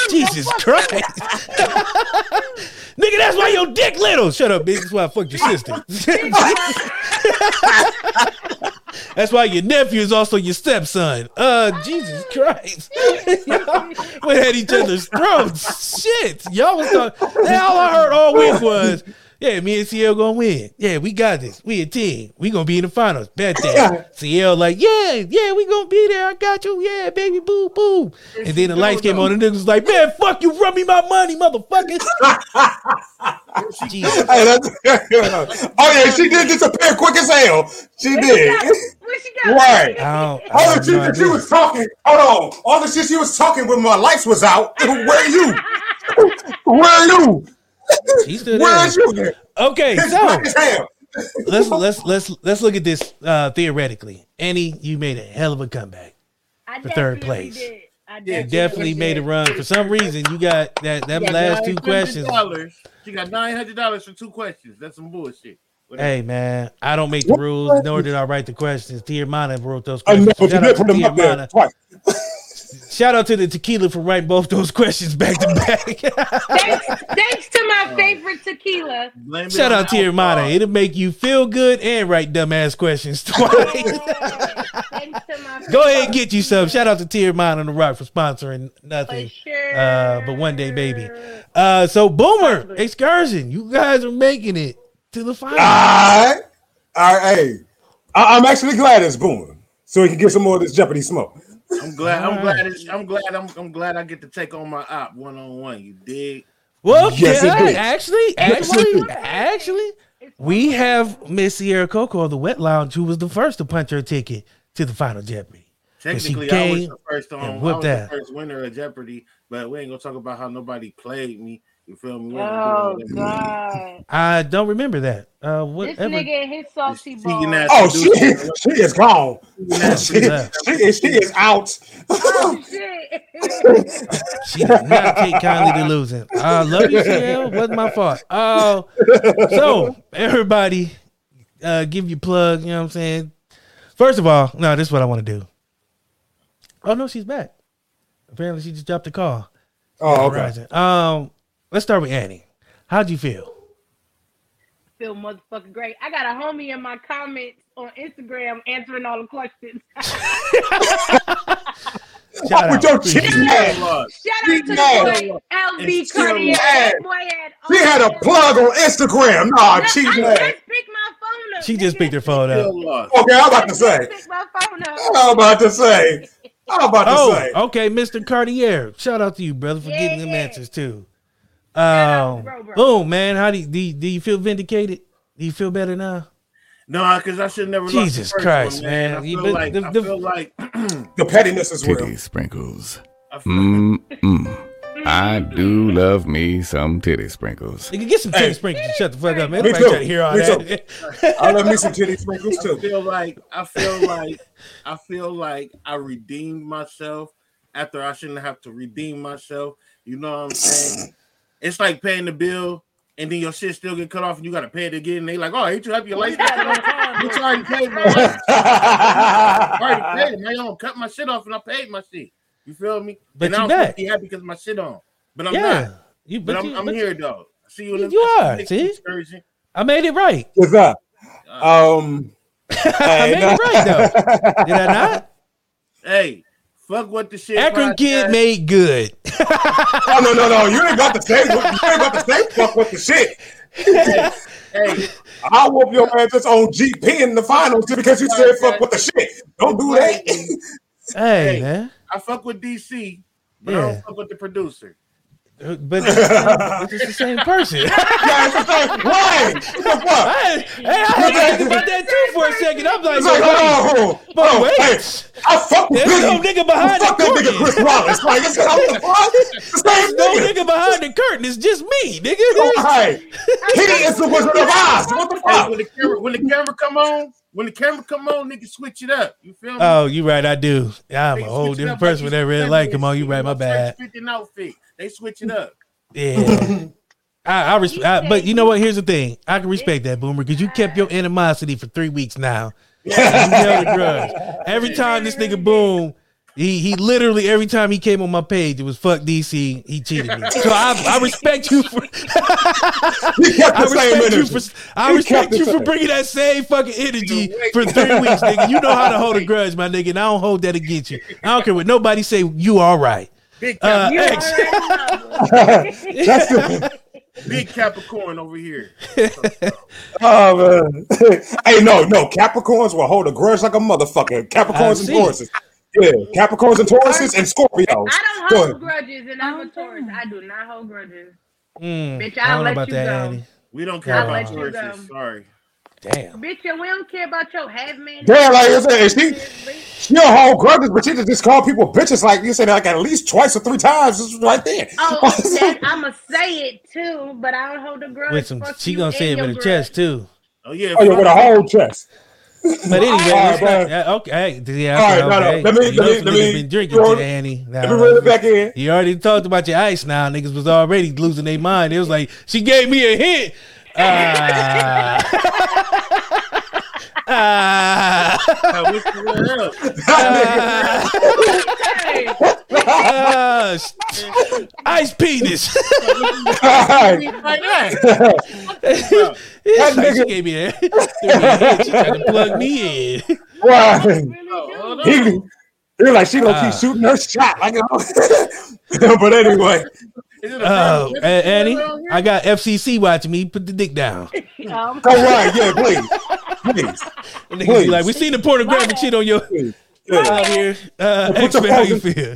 S1: Jesus Christ, nigga, that's why your dick little. Shut up, bitch. That's why I fucked your sister. That's why your nephew is also your stepson. Uh, Jesus
S6: Ah.
S1: Christ. y'all went at each other's throats. Shit. Y'all was talking. that All I heard all week was, yeah, me and CL gonna win. Yeah, we got this. We a team. We gonna be in the finals. Bet that. CL like, yeah, yeah, we gonna be there. I got you. Yeah, baby, boo, boo. And then the lights came on and niggas was like, man, fuck you, run me my money, motherfucker.
S6: Hey, that's- oh yeah, she did disappear quick as hell. She did. Right.
S1: I don't- I
S6: All the
S1: have
S6: shit
S1: no
S6: that
S1: idea.
S6: she was talking. Hold on. All the shit she was talking when my lights was out. Where you? Where you?
S1: She's still
S6: Where
S1: there.
S6: is you?
S1: Okay,
S6: It's
S1: so
S6: black as hell.
S1: let's let's let's let's look at this uh, theoretically. Annie, you made a hell of a comeback
S12: I
S1: for third
S12: definitely
S1: place.
S12: did. I
S1: You definitely made a run. For some reason, you got that that
S8: She got
S1: last two
S8: $900.
S1: questions.
S8: She got nine hundred dollars for two questions. That's some bullshit.
S1: Hey man, I don't make the rules, nor did I write the questions. Tiamana wrote those
S6: I know,
S1: questions.
S6: but you
S1: Shout
S6: did
S1: out to
S6: put them up there
S1: Tiamana.
S6: twice.
S1: Shout out to the tequila for writing both those questions back to back.
S5: thanks, thanks to
S6: Oh.
S5: my favorite tequila.
S8: Blame it
S1: Shout
S8: on
S1: out to your
S8: alcohol.
S1: mama. It'll make you feel good and write dumbass questions twice.
S12: Thanks to my
S1: Go ahead and get you some. Shout out to Tier Mind on the Rock for sponsoring nothing. Uh, but one day, baby. Uh, so Boomer Excursion, you guys are making it to the final.
S6: All right. All right. Hey, I- I'm actually glad it's booming, so we can get some more of this Jeopardy smoke.
S8: I'm glad. I'm
S1: Alright.
S8: glad. It's, I'm glad. I'm, I'm glad. I get to take on my op one on one. You dig?
S1: Well,
S6: Yes, it
S1: yeah,
S6: is.
S1: actually,
S6: Yes, it
S1: actually,
S6: is.
S1: actually, we have Miss Sierra Coco of the Wet Lounge, who was the first to punch her ticket to the final Jeopardy. 'Cause she
S8: Technically, I was
S1: came
S8: the first on. I
S1: and
S8: was
S1: whooped
S8: the
S1: ass.
S8: first winner of Jeopardy, but we ain't gonna talk about how nobody played me. You feel me? We ain't gonna
S12: Oh
S8: do all that.
S12: God!
S1: I don't remember that. Uh,
S12: This
S1: whatever.
S12: nigga and his salty ball.
S8: Cheating ass
S6: Oh, she
S8: dude.
S6: she is gone. she, she is she is out.
S12: Oh shit!
S1: She did not take kindly to losing. I love you, CL. Wasn't my fault. Oh, so everybody, uh, give your plug. You know what I'm saying? First of all, no, this is what I want to do. Oh no, she's back. Apparently, she just dropped a call.
S6: Oh, okay.
S1: Verizon. Um, let's start with Annie. How'd you feel?
S12: Feel motherfucking great. I got a homie in my comments on Instagram answering all the questions.
S1: Shout
S6: With
S1: out.
S6: your cheating ass.
S12: Shout out to
S6: Yes.
S12: the boy LB
S8: It's still
S12: Cartier.
S6: mad.
S12: That boy had
S6: She had a plug on Instagram. Nah, cheating
S12: I
S6: ass.
S12: just picked my phone up.
S1: She just
S12: nigga.
S1: picked her phone up.
S8: Still lost.
S6: Okay, I'm about to
S12: I
S6: say.
S12: just picked my phone up.
S6: I'm about to say. I'm about to say.
S1: Oh, okay, Mr. Cartier. Shout out to you, brother, for getting them
S12: Yeah.
S1: answers too.
S12: out
S1: Um,
S12: to bro, bro.
S1: boom, man. How do you, do you do you feel vindicated? Do you feel better now?
S8: No, because I should never.
S1: Jesus
S8: lost the first
S1: Christ,
S8: one,
S1: man.
S8: I
S1: You
S8: feel
S1: been-
S8: like.
S1: the-
S8: I
S1: the-
S8: feel like.
S6: The pettiness is real.
S13: Titty sprinkles.
S8: I feel
S13: Mm mm. I do love me some titty sprinkles.
S1: You can get some titty
S6: Hey.
S1: sprinkles. and Shut the fuck up, man.
S6: Me
S1: Everybody
S6: too.
S1: trying to hear all
S6: Me
S1: that.
S6: I love me some titty sprinkles
S8: I
S6: too.
S8: feel like I feel like I feel like I redeemed myself after I shouldn't have to redeem myself. You know what I'm saying? It's like paying the bill and then your shit still get cut off and you gotta pay it again. And they like, oh, ain't you happy your lights got on time? Bitch, I already paid my lights. I already paid. it. Now you don't cut my shit off and I paid my shit. You feel me?
S1: But
S8: and
S1: you
S8: I am supposed
S1: back.
S8: to be happy because my shit on. But I'm
S1: yeah,
S8: not.
S1: you, but,
S8: But, I'm,
S1: you,
S8: I'm
S1: but
S8: here though. See you in the
S1: You are,
S8: next
S1: see?
S8: excursion.
S1: I made it right.
S6: What's up? Um,
S1: I
S6: hey,
S1: made it right though. Did I not?
S8: Hey, fuck what the shit.
S1: Akron
S8: podcast-
S1: kid made good.
S6: oh no no no! You ain't about to say. You ain't about to say. Fuck with the shit.
S8: Hey,
S6: I whoop your ass just on GP in the finals just because you said fuck with the shit. Don't do that.
S1: Hey,
S8: Hey.
S1: man.
S8: I fuck with DC, but I
S1: Yeah.
S8: don't fuck with the producer.
S1: But it's the same- it's the same person.
S6: yeah, it's the same. Right? What the fuck?
S1: I, hey, I was thinking about that too for a second. I'm like,
S6: It's like,
S1: wait,
S6: hold on, hold on.
S1: But
S8: Oh,
S6: hold on.
S1: wait.
S6: Hey, I fuck with
S1: There's no
S6: Biggie.
S1: nigga behind
S6: fuck
S1: the
S6: that nigga
S1: curtain.
S6: Chris Wallace. Like, it's what the fuck? It's the same
S1: no
S6: nigga.
S1: nigga behind the curtain. It's just me,
S8: Oh,
S1: nigga.
S6: Right. He is the Wizard of Oz. What the
S8: Hey,
S6: fuck?
S8: when the camera when the camera come on, when the camera come on, nigga, switch it up. You feel me?
S1: Oh, you right. I do. I'm
S8: They
S1: a whole
S8: switch it
S1: different
S8: up like
S1: person
S8: you
S1: with that red
S8: said,
S1: light.
S8: nigga.
S1: Come on, you
S8: See,
S1: right.
S8: you
S1: My
S8: know,
S1: bad.
S8: Church Fitting outfit. They switch it up.
S1: Yeah. I, I respect, I, but you know what? Here's the thing. I can respect that, Boomer, because you kept your animosity for three weeks now. You held a grudge. Every time this nigga boom, he he literally every time he came on my page, it was fuck DC. He cheated me. So I, I respect you for
S6: He kept
S1: I
S6: the
S1: respect
S6: same
S1: you
S6: energy.
S1: for I
S6: He
S1: respect
S6: kept
S1: you
S6: the
S1: for
S6: same.
S1: bringing that same fucking energy
S8: Nigga, wait.
S1: for three weeks, nigga. You know how to hold a grudge, my nigga, and I don't hold that against you. I don't care what nobody say. You all right?
S8: Big
S1: Uh,
S8: Cap-
S12: You
S1: X.
S12: already know.
S6: That's the
S8: big Capricorn over here.
S6: oh man. hey, no, no. Capricorns will hold a grudge like a motherfucker. Capricorns and
S1: see.
S6: Tauruses. Yeah, Capricorns and Tauruses and Scorpios.
S12: I don't
S6: Go
S12: hold
S6: ahead.
S12: grudges, and I'm a Taurus. I do not hold grudges.
S1: Mm,
S5: Bitch, I'll let you go.
S8: We don't
S1: I'll
S8: care
S5: let
S8: about
S5: you go.
S8: choices. Sorry.
S1: Damn.
S5: Bitch, and we don't care about your half man.
S6: Damn, like you said, she she don't hold grudges, but she just call people bitches. Like you said, like at least twice or three times, it's right there.
S5: Oh, that, I'ma say it too, but I don't hold a grudge.
S1: With some,
S5: Fuck
S1: she
S5: you
S1: gonna say it
S5: and
S1: with a
S5: your
S1: chest too.
S8: Oh yeah,
S6: Oh, yeah, with a whole chest.
S1: But anyway,
S6: All right,
S1: let's not- yeah, uh, okay. Yeah,
S6: All right,
S1: okay,
S6: no, no,
S1: okay.
S6: let me-
S1: You
S6: let
S1: know
S6: me-
S1: some
S6: let
S1: niggas
S6: me
S1: Been drinking
S6: throw it-
S1: today, Annie.
S6: let me reel it back in.
S1: You already talked about your ice now. Niggas was already losing their mind. It was like she gave me a hint. Ah. Ah. Ah, s- ice penis. It's like she gave me a, threw me a hint. She tried to plug me in.
S6: Wow.
S8: Oh,
S6: He, he was like she gonna
S1: Ah.
S6: keep shooting her shot. Like, you know. but anyway,
S1: Oh, A- Annie, I got FCC watching me. Put the dick down.
S5: Um,
S6: all right, yeah, please, please,
S1: Niggas be like, we seen the pornographic shit on your out here. Uh,
S6: Put your
S1: X-Men, how you
S6: phone-
S1: feel?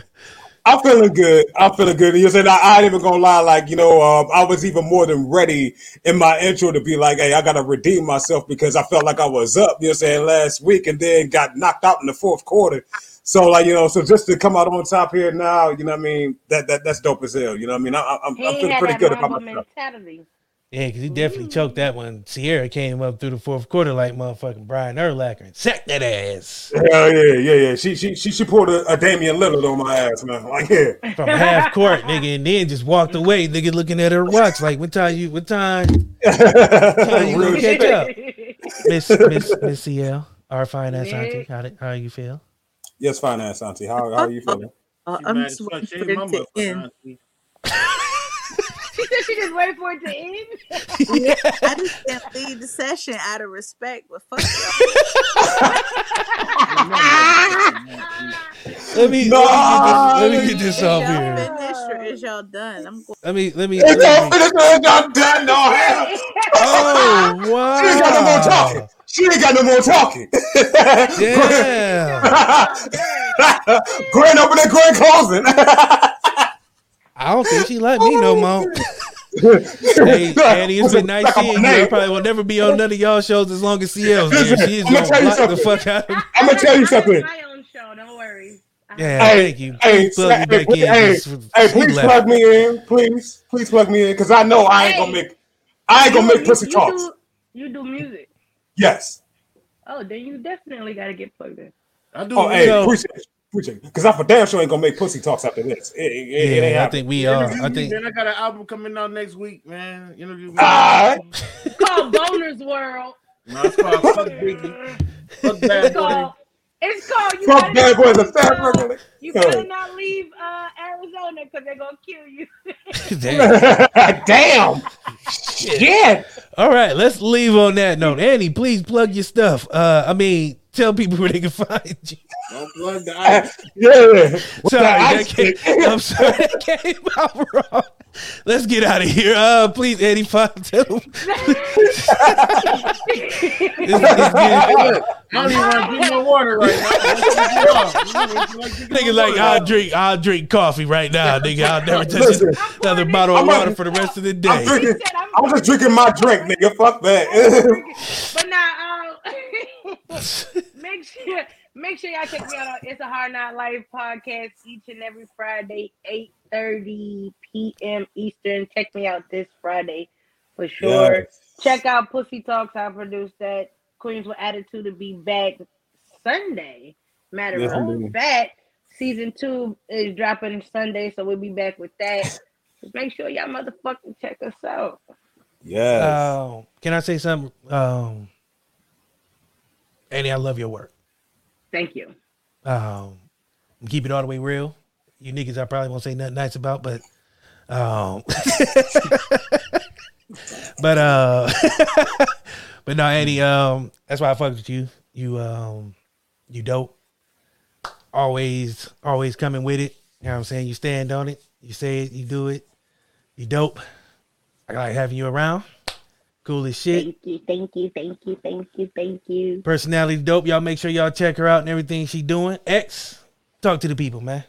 S6: I'm feeling good. I'm feeling good. You said I, I ain't even gonna lie. Like you know, um, I was even more than ready in my intro to be like, "Hey, I gotta redeem myself because I felt like I was up." You know, what I'm saying last week and then got knocked out in the fourth quarter. So like you know, so just to come out on top here now, you know, what I mean that that that's dope as hell. You know, what I mean, I, I, I'm,
S5: He
S6: I'm feeling
S5: had
S6: pretty
S5: that
S6: good about
S5: Mamba
S6: myself.
S5: mentality.
S1: Yeah, because he definitely choked that one. Sierra came up through the fourth quarter like motherfucking Brian Urlacher and sacked that ass
S6: Hell yeah, yeah, yeah. She she she she pulled a, a Damian Lillard on my ass, man. Like yeah.
S1: from half court, nigga, and then just walked away, nigga, looking at her watch like, what time you, what time, what time you gonna catch up? Miss Miss Miss CL, our fine ass auntie, how, did, how you feel?
S6: Yes, finance auntie. How how are you feeling?
S7: Uh,
S8: I'm mad as just fuck. waiting She for ain't it my to motherfucker, end.
S5: She said she just waited for it to end.
S7: Yeah, I just can't leave the session out of respect, but fuck
S1: Let me let me get this, let me get this off here.
S7: Finished or is y'all done? I'm going.
S1: Let me let me.
S7: It's
S1: let
S7: all
S1: me-
S7: finished,
S6: man. Y'all done. No hell.
S1: Oh
S6: She ain't
S1: wow!
S6: got no more talking. She ain't got no more talking.
S1: Damn.
S6: grand opening, grand closing.
S1: I don't think she like me no more. hey, Annie, it's been nice seeing you. I probably will never be on none of y'all shows as long as CL's there.
S6: Listen,
S1: She is
S6: I'ma
S1: gonna
S6: tell you
S1: block the
S6: something.
S1: fuck out of me.
S6: I'm gonna tell you something.
S1: Yeah, thank you.
S6: Hey,
S1: Please plug me
S6: hey,
S1: back
S6: please,
S1: in.
S6: hey,
S1: This-
S6: hey,
S1: she
S6: please
S1: left.
S6: plug me in, please, please plug me in, because I know I ain't gonna make, I ain't gonna make pussy
S5: you
S6: talks.
S5: Do, you do music.
S6: Yes.
S5: Oh, then you definitely got to get plugged in.
S8: I
S6: Oh, hey,
S1: So-
S6: appreciate it, appreciate it, because I for damn sure ain't gonna make pussy talks after this. It, it- it ain't
S1: Yeah, I
S6: happening.
S1: think we are. I think
S8: Then I got an album coming out next week, man. Interview.
S6: Ah.
S5: It's called Boner's World.
S8: No, it's called Fuck Biggie. Fuck Bad
S5: It's
S8: Bunny.
S5: called. It's called. You
S6: Fuck
S5: better not
S6: bad boys
S5: leave,
S6: and fat
S5: uh,
S6: regular.
S5: You better not leave uh, Arizona because they're gonna kill you.
S1: damn.
S6: damn. Shit.
S1: All right, let's leave on that note. Annie, please plug your stuff. Uh, I mean, tell people where they can find you.
S8: Don't plug the ice.
S6: Yeah.
S1: Sorry, that came, I'm sorry that came out wrong. Let's get out of here. Uh, please, Annie, find, tell them. It's- it's getting-
S8: I don't even want to drink no water right now.
S1: Nigga, like I'll drink, I'll drink coffee right now, nigga. I'll never touch
S6: Listen.
S1: another bottle
S6: I'm
S1: of
S6: not-
S1: water for the rest of the
S6: I'm
S1: day.
S6: drinking. I'm just drinking my drink, nigga. Fuck that.
S5: But now, um, make sure make sure y'all check me out on It's a Hard Not Life podcast each and every Friday, eight thirty p.m. Eastern. Check me out this Friday for sure. Check out Pussy Talks. I produced that. Queens with Attitude to be back Sunday. Matter
S14: Yes,
S5: of
S14: indeed.
S5: fact, season two is dropping Sunday, so we'll be back with that. Just make sure y'all motherfucking check us out.
S6: Yes.
S1: Uh, can I say something? Um, Annie, I love your work.
S5: Thank you.
S1: Um, keep it all the way real. You niggas, I probably won't say nothing nice about, but um, but uh, but no, Annie. Um, that's why I fucked with you. You um, you dope. Always, always coming with it. You know what I'm saying? You stand on it. You say it. You do it. You dope. I like having you around. Cool as shit.
S5: Thank you, thank you, thank you, thank you, thank you.
S1: Personality dope. Y'all make sure y'all check her out and everything she doing. X, talk to the people, man.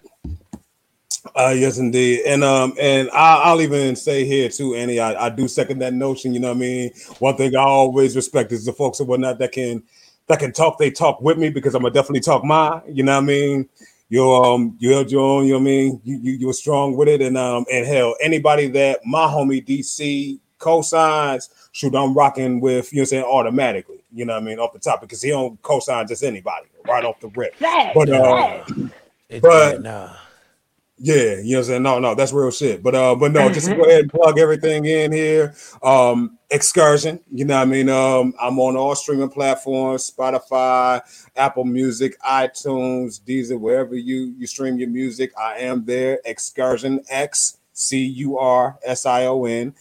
S6: Uh, yes, indeed, and um, and I, I'll even say here too, Annie. I, I do second that notion. You know what I mean? One thing I always respect is the folks and whatnot that can that can talk. They talk with me because I'm gonna definitely talk mine. You know what I mean? You um, you held your own. You know what I mean? You you you were strong with it, and um, and hell, anybody that my homie DC cosigns, shoot, I'm rocking with. You know, what I'm saying automatically. You know what I mean? Off the top because he don't cosign just anybody right off the rip.
S12: Facts,
S6: But uh,
S12: facts.
S6: but yeah, you know what I'm saying? No, no, that's real shit. But uh, but no, just go ahead and plug everything in here. Um, excursion, you know what I mean? Um, I'm on all streaming platforms, Spotify, Apple Music, iTunes, Deezer, wherever you you stream your music, I am there. Excursion X C U R S I O N.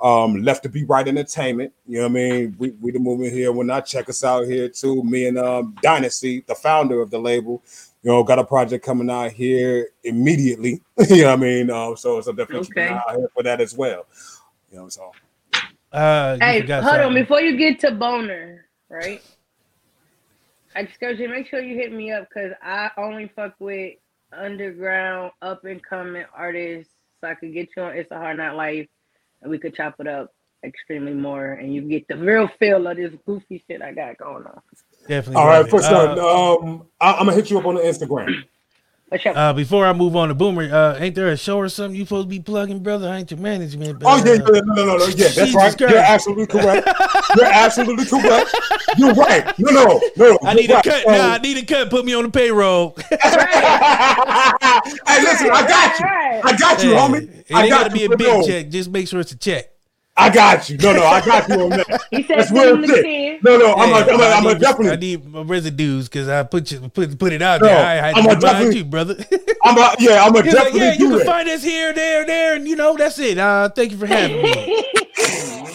S6: Um, left to be right entertainment. You know what I mean? We we the movement here. When I check us out here too, me and um Dynasty, the founder of the label, you know, got a project coming out here immediately. you know what I mean? Um, so it's a definitely keep an
S12: Okay.
S6: eye out here for that as well. You know, so
S1: Uh, you
S12: Hey,
S1: forgot
S12: hold on
S1: something.
S12: before you get to boner, right? Excursion, make sure you hit me up because I only fuck with underground, up and coming artists, so I could get you on It's a Hard Not Life, and we could chop it up extremely more, and you get the real feel of this goofy shit I got going on.
S1: Definitely.
S6: all right,
S1: love
S6: for
S1: it. Uh,
S6: sure. um, I, I'm gonna hit you up on the Instagram.
S1: Uh, before I move on to Boomer, uh, ain't there a show or something you supposed to be plugging, brother? I ain't your management.
S6: Oh
S1: but,
S6: yeah,
S1: uh,
S6: yeah, no, no, no, no. yeah. That's
S1: Jesus
S6: right.
S1: Christ.
S6: You're absolutely correct. You're absolutely correct. You're right. No, no, no.
S1: I
S6: you're
S1: need a
S6: right.
S1: cut.
S6: So-
S1: Nah, I need a cut. Put me on the payroll.
S6: Hey, listen, I got you. I got you,
S1: Hey,
S6: homie.
S1: It
S6: I
S1: ain't gotta
S6: got
S1: be
S6: you.
S1: a
S6: for
S1: big
S6: real.
S1: check. Just make sure it's a check.
S6: I got you. No, no, I got you on that.
S12: He said
S6: That's
S12: put
S6: real
S12: him to
S6: shit.
S12: ten.
S6: No, no, I'm a, I'm a,
S1: I
S6: I'm a
S1: need- I
S6: definitely.
S1: need my residues because I put you put, put it out
S6: No,
S1: there. I, had
S6: I'm
S1: to
S6: a
S1: remind
S6: definitely-
S1: you, brother.
S6: I'm a, yeah, I'm a
S1: He's like,
S6: definitely
S1: yeah, you
S6: do
S1: can
S6: it.
S1: find us here, there, there, and you know that's it. Uh, thank you for having me.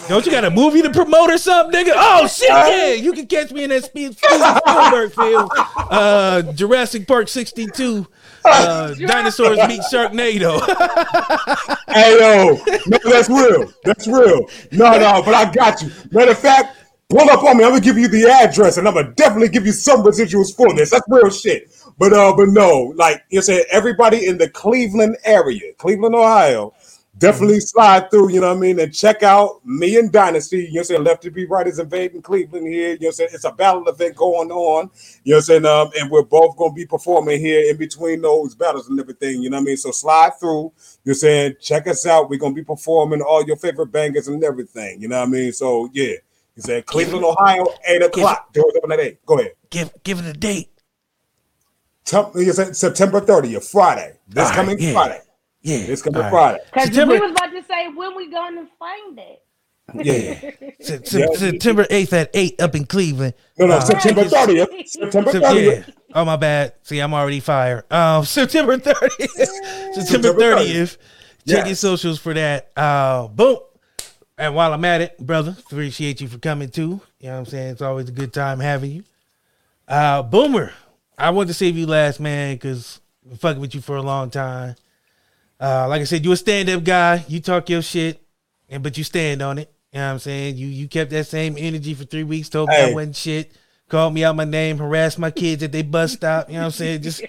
S1: Don't you got a movie to promote or something, nigga? Oh shit, yeah, you can catch me in that Spe- Steven Spielberg film, uh, Jurassic Park '62, uh, dinosaurs meet Sharknado.
S6: hey yo, no, that's real. That's real. No, no, but I got you. Matter of fact, pull up on me. I'm gonna give you the address, and I'm gonna definitely give you some residuals for this. That's real shit. But uh, but no, like you said, everybody in the Cleveland area, Cleveland, Ohio, definitely
S1: Mm-hmm.
S6: slide through. You know what I mean? And check out me and Dynasty. You know, what I'm saying left to be right is invading Cleveland here. You know, what I'm saying it's a battle event going on. You know, what I'm saying um, and we're both gonna be performing here in between those battles and everything. You know what I mean? So slide through. You're saying check us out. We're gonna be performing all your favorite bangers and everything. You know what I mean? So yeah, you said Cleveland, Ohio, eight o'clock. Doors open at eight. Go ahead.
S1: give give it a date.
S6: Tell me, you said September 30th, Friday. This
S1: All right,
S6: coming
S1: yeah.
S6: Friday.
S1: Yeah,
S6: This coming
S1: all right.
S6: Friday.
S12: Because we
S1: September-
S12: was about to say when we going to find it.
S6: Yeah.
S1: Se- se- September 8th at 8 up in Cleveland.
S6: No, no,
S1: Uh,
S6: September
S1: tickets-
S6: 30th. September
S1: Sep-
S6: 30th.
S1: yeah. Oh, my bad. See, I'm already fired. Um, September 30th. September 30th. Check your socials for that. Uh, boom. And while I'm at it, brother, appreciate you for coming too. You know what I'm saying? It's always a good time having you. Uh, Boomer, I wanted to save you last, man, because been fucking with you for a long time. Uh, like I said, you a stand-up guy. You talk your shit, and but you stand on it. You know what I'm saying? You you kept that same energy for three weeks, told me
S6: Hey.
S1: I wasn't shit, called me out my name, harassed my kids at they bus stop. You know what I'm saying? Just
S6: Yo,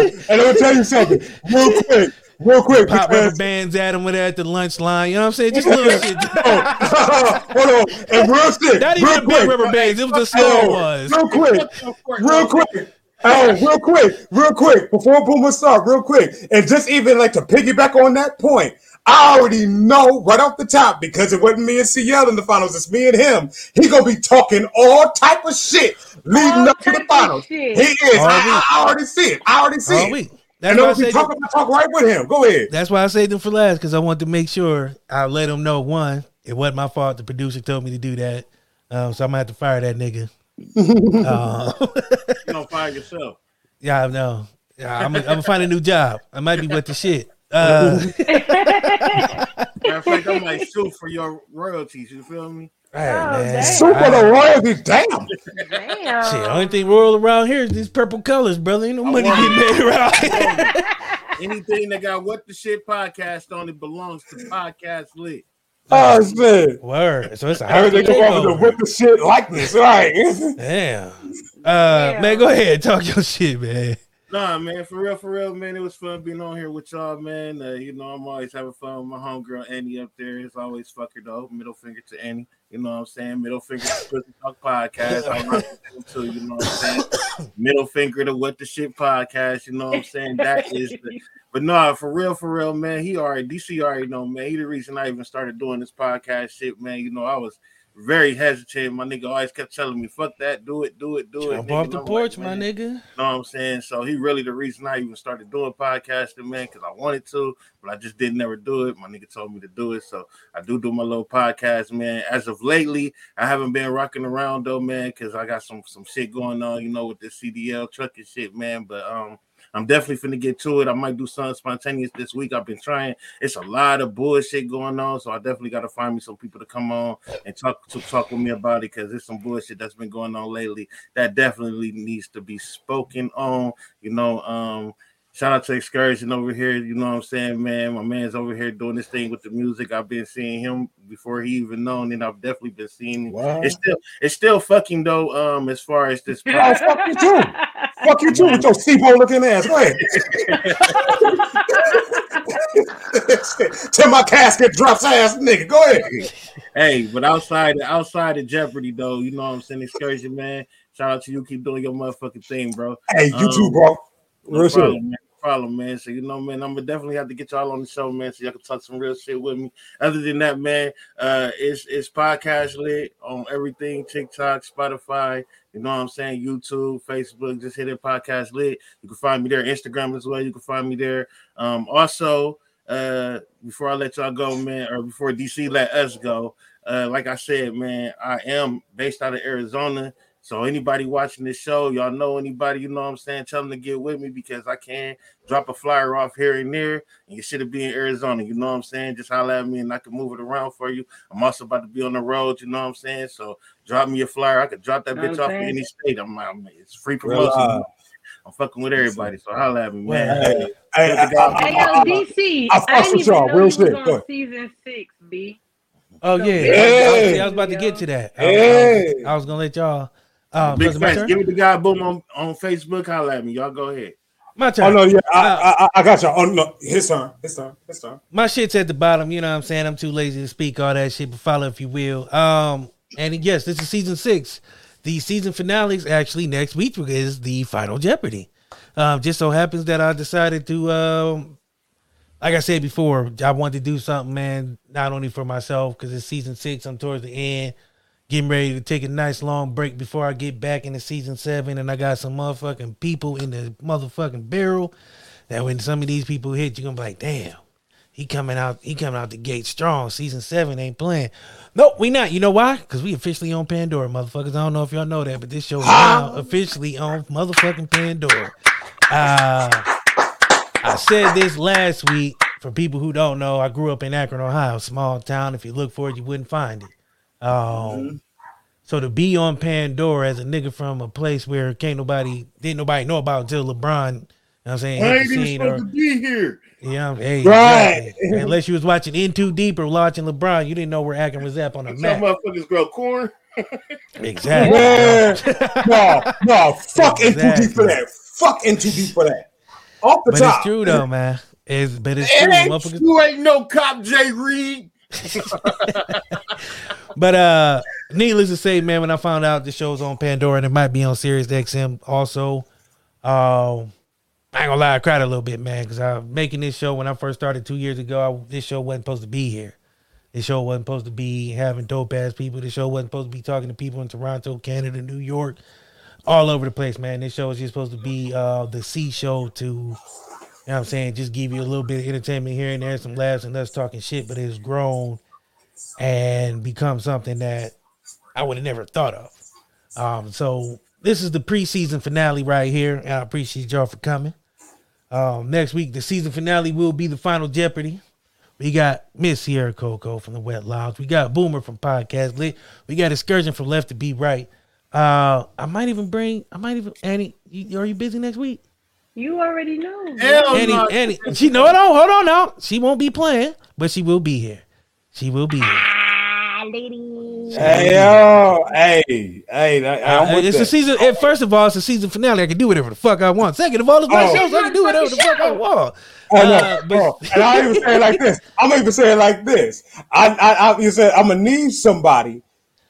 S6: and I'm gonna tell you something real quick, real quick.
S1: pop rubber
S6: Because,
S1: bands at them when they're at the lunch line. You know what I'm saying? Just little shit.
S6: hold on, and real shit,
S1: Not even
S6: real
S1: the big
S6: quick.
S1: rubber bands. It was the small
S6: Hey,
S1: ones.
S6: Real quick, real quick. Oh, real quick, real quick. Before Boomer start, real quick, and just even like to piggyback on that point, I already know right off the top because it wasn't me and CL in the finals. It's me and him. He gonna be talking all type of shit leading up to the finals. He
S12: shit.
S6: is.
S1: All
S6: I, I already see it. I already see
S1: All
S6: it.
S1: week. That's
S6: And
S1: why I
S6: I'm gonna
S1: said
S6: be talking my talk right with him. Go ahead.
S1: That's why I saved them for last because I wanted to make sure I let them know one, it wasn't my fault. The producer told me to do that, um, so I'm gonna have to fire that nigga. Uh,
S8: You don't find yourself.
S1: yeah, I know. Yeah, I'm gonna I'm gonna find a new job. I might be with the shit. Uh,
S8: Matter of fact, I might sue for your royalties. You feel me?
S1: hey, man.
S6: Super the royalty, damn.
S12: Damn.
S1: Shit, oh, only thing royal around here is these purple colors, brother. Ain't no money getting made around here.
S8: Anything that got what the shit podcast on it belongs to podcast lit.
S6: Oh shit.
S1: Word. So it's a hostile
S6: Everything go over the
S1: takeover.
S6: whip the shit likeness, right?
S1: Damn. Uh, man, go ahead. Talk your shit, man.
S8: Nah, man, for real, for real, man. It was fun being on here with y'all, man. Uh, you know, I'm always having fun with my homegirl Annie up there. It's always fuck her though. Middle finger to Annie. You know what I'm saying? Middle finger to Pussy Talk Podcast. I'm not to, you know what I'm saying? Middle finger to What the Shit Podcast. You know what I'm saying? That is the but nah, for real, for real, man. He already DC already know, man. He the reason I even started doing this podcast shit, man. You know, I was very hesitant. My nigga always kept telling me, fuck that, do it, do it, do it.
S1: Jump
S8: nigga.
S1: off
S8: And
S1: the
S8: I'm
S1: porch,
S8: like,
S1: my
S8: man,
S1: nigga.
S8: know what I'm saying? So he really the reason I even started doing podcasting, man, because I wanted to, but I just didn't ever do it. My nigga told me to do it, so I do do my little podcast, man. As of lately, I haven't been rocking around though, man, because I got some some shit going on, you know, with the CDL truck and shit, man. But um. I'm definitely finna get to it. I might do something spontaneous this week. I've been trying. It's a lot of bullshit going on, so I definitely gotta find me some people to come on and talk to talk with me about it because there's some bullshit that's been going on lately that definitely needs to be spoken on. You know, um, shout out to Excursion over here. You know what I'm saying, man? My man's over here doing this thing with the music. I've been seeing him before he even known, and I've definitely been seeing him.
S6: Wow.
S8: It's still it's still fucking though. Um, as far as this,
S6: Oh, fuck you too. Fuck you too with your SIBO looking ass. Go ahead. Till my casket drops ass nigga. Go ahead.
S8: hey, but outside outside of Jeopardy though, you know what I'm saying? Excursion, man. Shout out to you. Keep doing your motherfucking thing, bro.
S6: Hey, you too, bro.
S8: Um, No
S6: Real shit.
S8: problem, man. No problem, man. So you know, man, I'm gonna definitely have to get y'all on the show, man, so y'all can talk some real shit with me. Other than that, man, uh, it's it's podcast lit on everything: TikTok, Spotify. You know what I'm saying? YouTube, Facebook. Just hit it, podcast lit. You can find me there. Instagram as well. You can find me there. Um, also, uh, before I let y'all go, man, or before DC let us go, uh, like I said, man, I am based out of Arizona. So anybody watching this show, y'all know anybody, you know what I'm saying? Tell them to get with me because I can drop a flyer off here and there, and you should be in Arizona. You know what I'm saying? Just holler at me and I can move it around for you. I'm also about to be on the road, you know what I'm saying? So drop me a flyer. I could drop that
S6: Know what
S8: bitch
S6: I'm
S8: off in
S6: saying?
S8: any state. I'm, I'm it's free
S6: Real
S8: promotion.
S6: live.
S8: I'm fucking with everybody, so holler at me, man.
S6: Hey, hey, I- I-
S12: Hey, yo,
S6: I-
S12: DC.
S6: I fucks
S12: I didn't
S6: with
S12: even
S6: y'all,
S12: know
S6: real
S12: you was
S6: shit.
S12: on
S6: Go ahead.
S12: season six, B.
S1: Oh yeah,
S6: Yeah.
S1: I, was, I was about to get to that. I was- I, was, I was gonna let y'all. Um,
S8: Big
S1: was it my
S8: facts.
S1: turn?
S8: Give it to God boom on, on Facebook. Holler at me. Y'all go ahead.
S1: My turn. Uh,
S6: Oh no, yeah, I, I, I got you. Oh no, his turn. His turn. His turn.
S1: my shit's at the bottom. You know what I'm saying? I'm too lazy to speak all that shit, but follow if you will. Um, and yes, this is season six. The season finale is actually next week is the final Jeopardy. Um, just so happens that I decided to, um, like I said before, I wanted to do something, man, not only for myself because it's season six. I'm towards the end, getting ready to take a nice long break before I get back into season seven. And I got some motherfucking people in the motherfucking barrel that when some of these people hit, you're gonna be like, damn. He coming out. He coming out the gate strong. Season seven ain't playing. Nope, we not. You know why? Because we officially on Pandora, motherfuckers. I don't know if y'all know that, but this show is now officially on motherfucking Pandora. Uh, I said this last week. For people who don't know, I grew up in Akron, Ohio, small town. If you look for it, you wouldn't find it. Um, So to be on Pandora as a nigga from a place where can't nobody didn't nobody know about until LeBron. You know what I'm saying?
S8: I
S1: hit
S8: ain't
S1: the
S8: even
S1: scene
S8: supposed
S1: or-
S8: to be here.
S1: yeah, hey,
S8: Right.
S1: exactly. Unless you was watching In Too Deep or watching LeBron, you didn't know where Akron was at on the
S8: Some
S1: map.
S8: motherfuckers grow corn.
S1: Exactly.
S6: Yeah. no, no, fuck in too deep for that. Fuck in too deep for that. Off the
S1: But
S6: top.
S1: it's true though, man. It's but it's true,
S8: It ain't,
S1: motherfuckers.
S8: you ain't no cop, Jay Reed.
S1: But uh, needless to say, man, when I found out the show's on Pandora and it might be on Sirius XM also, um, I ain't gonna lie, I cried a little bit, man, because I'm making this show when I first started two years ago. I, this show wasn't supposed to be here. This show wasn't supposed to be having dope ass people. This show wasn't supposed to be talking to people in Toronto, Canada, New York, all over the place, man. This show is just supposed to be uh, the C show to, you know what I'm saying, just give you a little bit of entertainment here and there, some laughs and us talking shit, but it's grown and become something that I would have never thought of. Um, so this is the preseason finale right here, and I appreciate y'all for coming. Um, next week, the season finale will be the final Jeopardy. We got Miss Sierra Coco from the Wet Lounge. We got Boomer from Podcast Lit. We got Excursion from Left to Be Right. Uh, I might even bring. I might even Annie. You, are you busy next week?
S12: You already know.
S8: Hell
S1: Annie,
S8: no.
S1: Annie, she no, no, hold on now. She won't be playing, but she will be here. She will be here.
S12: my lady.
S6: Hey yo, hey, hey, that-
S1: Uh,
S6: I'm with
S1: it's
S6: that.
S1: a season. And first of all, it's a season finale. I can do whatever the fuck I want. Second of all, it's my
S6: Oh.
S1: show, so I can do whatever the fuck I want.
S6: Oh, no.
S1: Uh, but-
S6: Oh, and I don't even say it like this. I'm gonna even say it like this. I, I, I you said I'm gonna need somebody.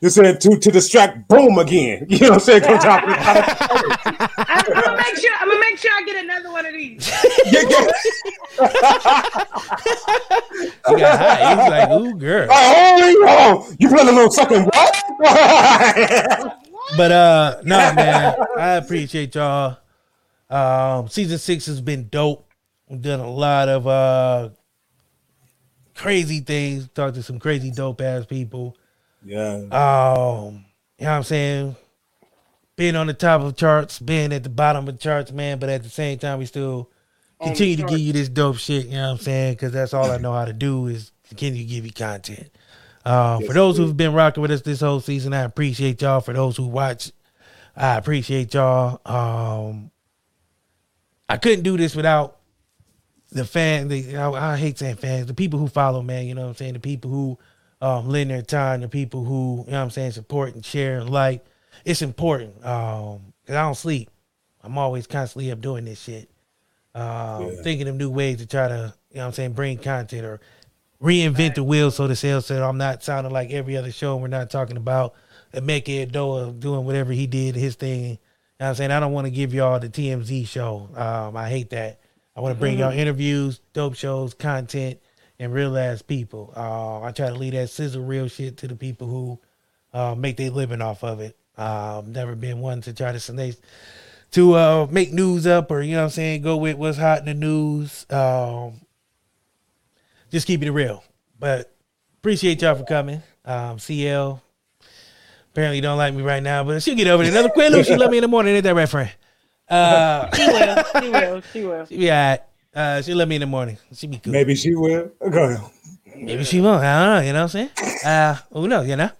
S6: You said to to distract boom again. You know what I'm saying? Come drop it.
S12: I'm gonna make sure. I'm gonna make sure I get another one of these.
S1: He got high. He was like, "Ooh, girl."
S6: Oh, oh, you playing a little sucking what?
S1: But uh, no, man, I appreciate y'all. Um, season six has been dope. We've done a lot of uh crazy things. Talked to some crazy dope ass people.
S6: yeah.
S1: Um, you know what I'm saying? Being on the top of charts, being at the bottom of charts, man, but at the same time, we still
S15: On the
S1: continue to give
S15: chart.
S1: you this dope shit, you know what I'm saying? Because that's all I know how to do is continue to give you content. Uh,
S15: Yes,
S1: for those who've been rocking with us this whole season, I appreciate y'all. For those who watch, I appreciate y'all. Um, I couldn't do this without the fan. The, I, I hate saying fans. The people who follow, man. You know what I'm saying. The people who um, lend their time. The people who you know what I'm saying support and share and like. It's important because I don't sleep. I'm always constantly up doing this shit. Um,
S15: Yeah.
S1: Thinking of new ways to try to you know what I'm saying bring content or reinvent the wheel so to say so I'm not sounding like every other show. We're not talking about Emeka Edoa uh, doing whatever he did his thing. You know what I'm saying I don't want to give y'all the TMZ show. Um, I hate that. I want to bring y'all
S15: Mhm.
S1: interviews, dope shows, content, and real ass people. Uh, I try to leave that sizzle real shit to the people who uh, make their living off of it. Um, never been one to try to snake to uh, make news up or you know what I'm saying go with what's hot in the news. Um, just keeping it real. But appreciate y'all for coming. Um, CL apparently don't like me right now, but she'll get over it. Another quick look, she love me in the morning. Ain't that right, friend? Uh,
S12: She will. She will. She will.
S1: she be all right. Uh, she love me in the morning. She be cool.
S6: Maybe she will. Go ahead.
S1: Maybe she won't. I don't know. You know what I'm saying? Uh, who knows? You know.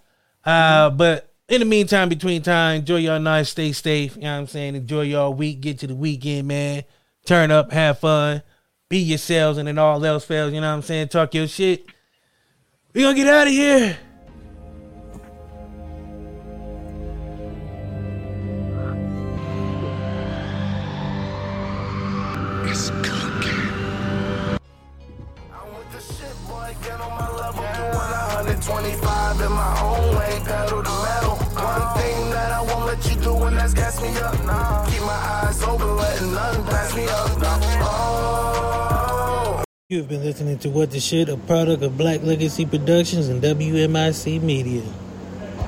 S1: Uh, but in the meantime, between time, enjoy y'all night. Stay safe. You know what I'm saying? Enjoy y'all week. Get to the weekend, man. Turn up, have fun, be yourselves, and then all else fails. You know what I'm saying? Talk your shit. We gonna get out of here.
S2: It's cooking.
S1: You've been listening to What the Shit, a product of Black Legacy Productions and WMIC Media.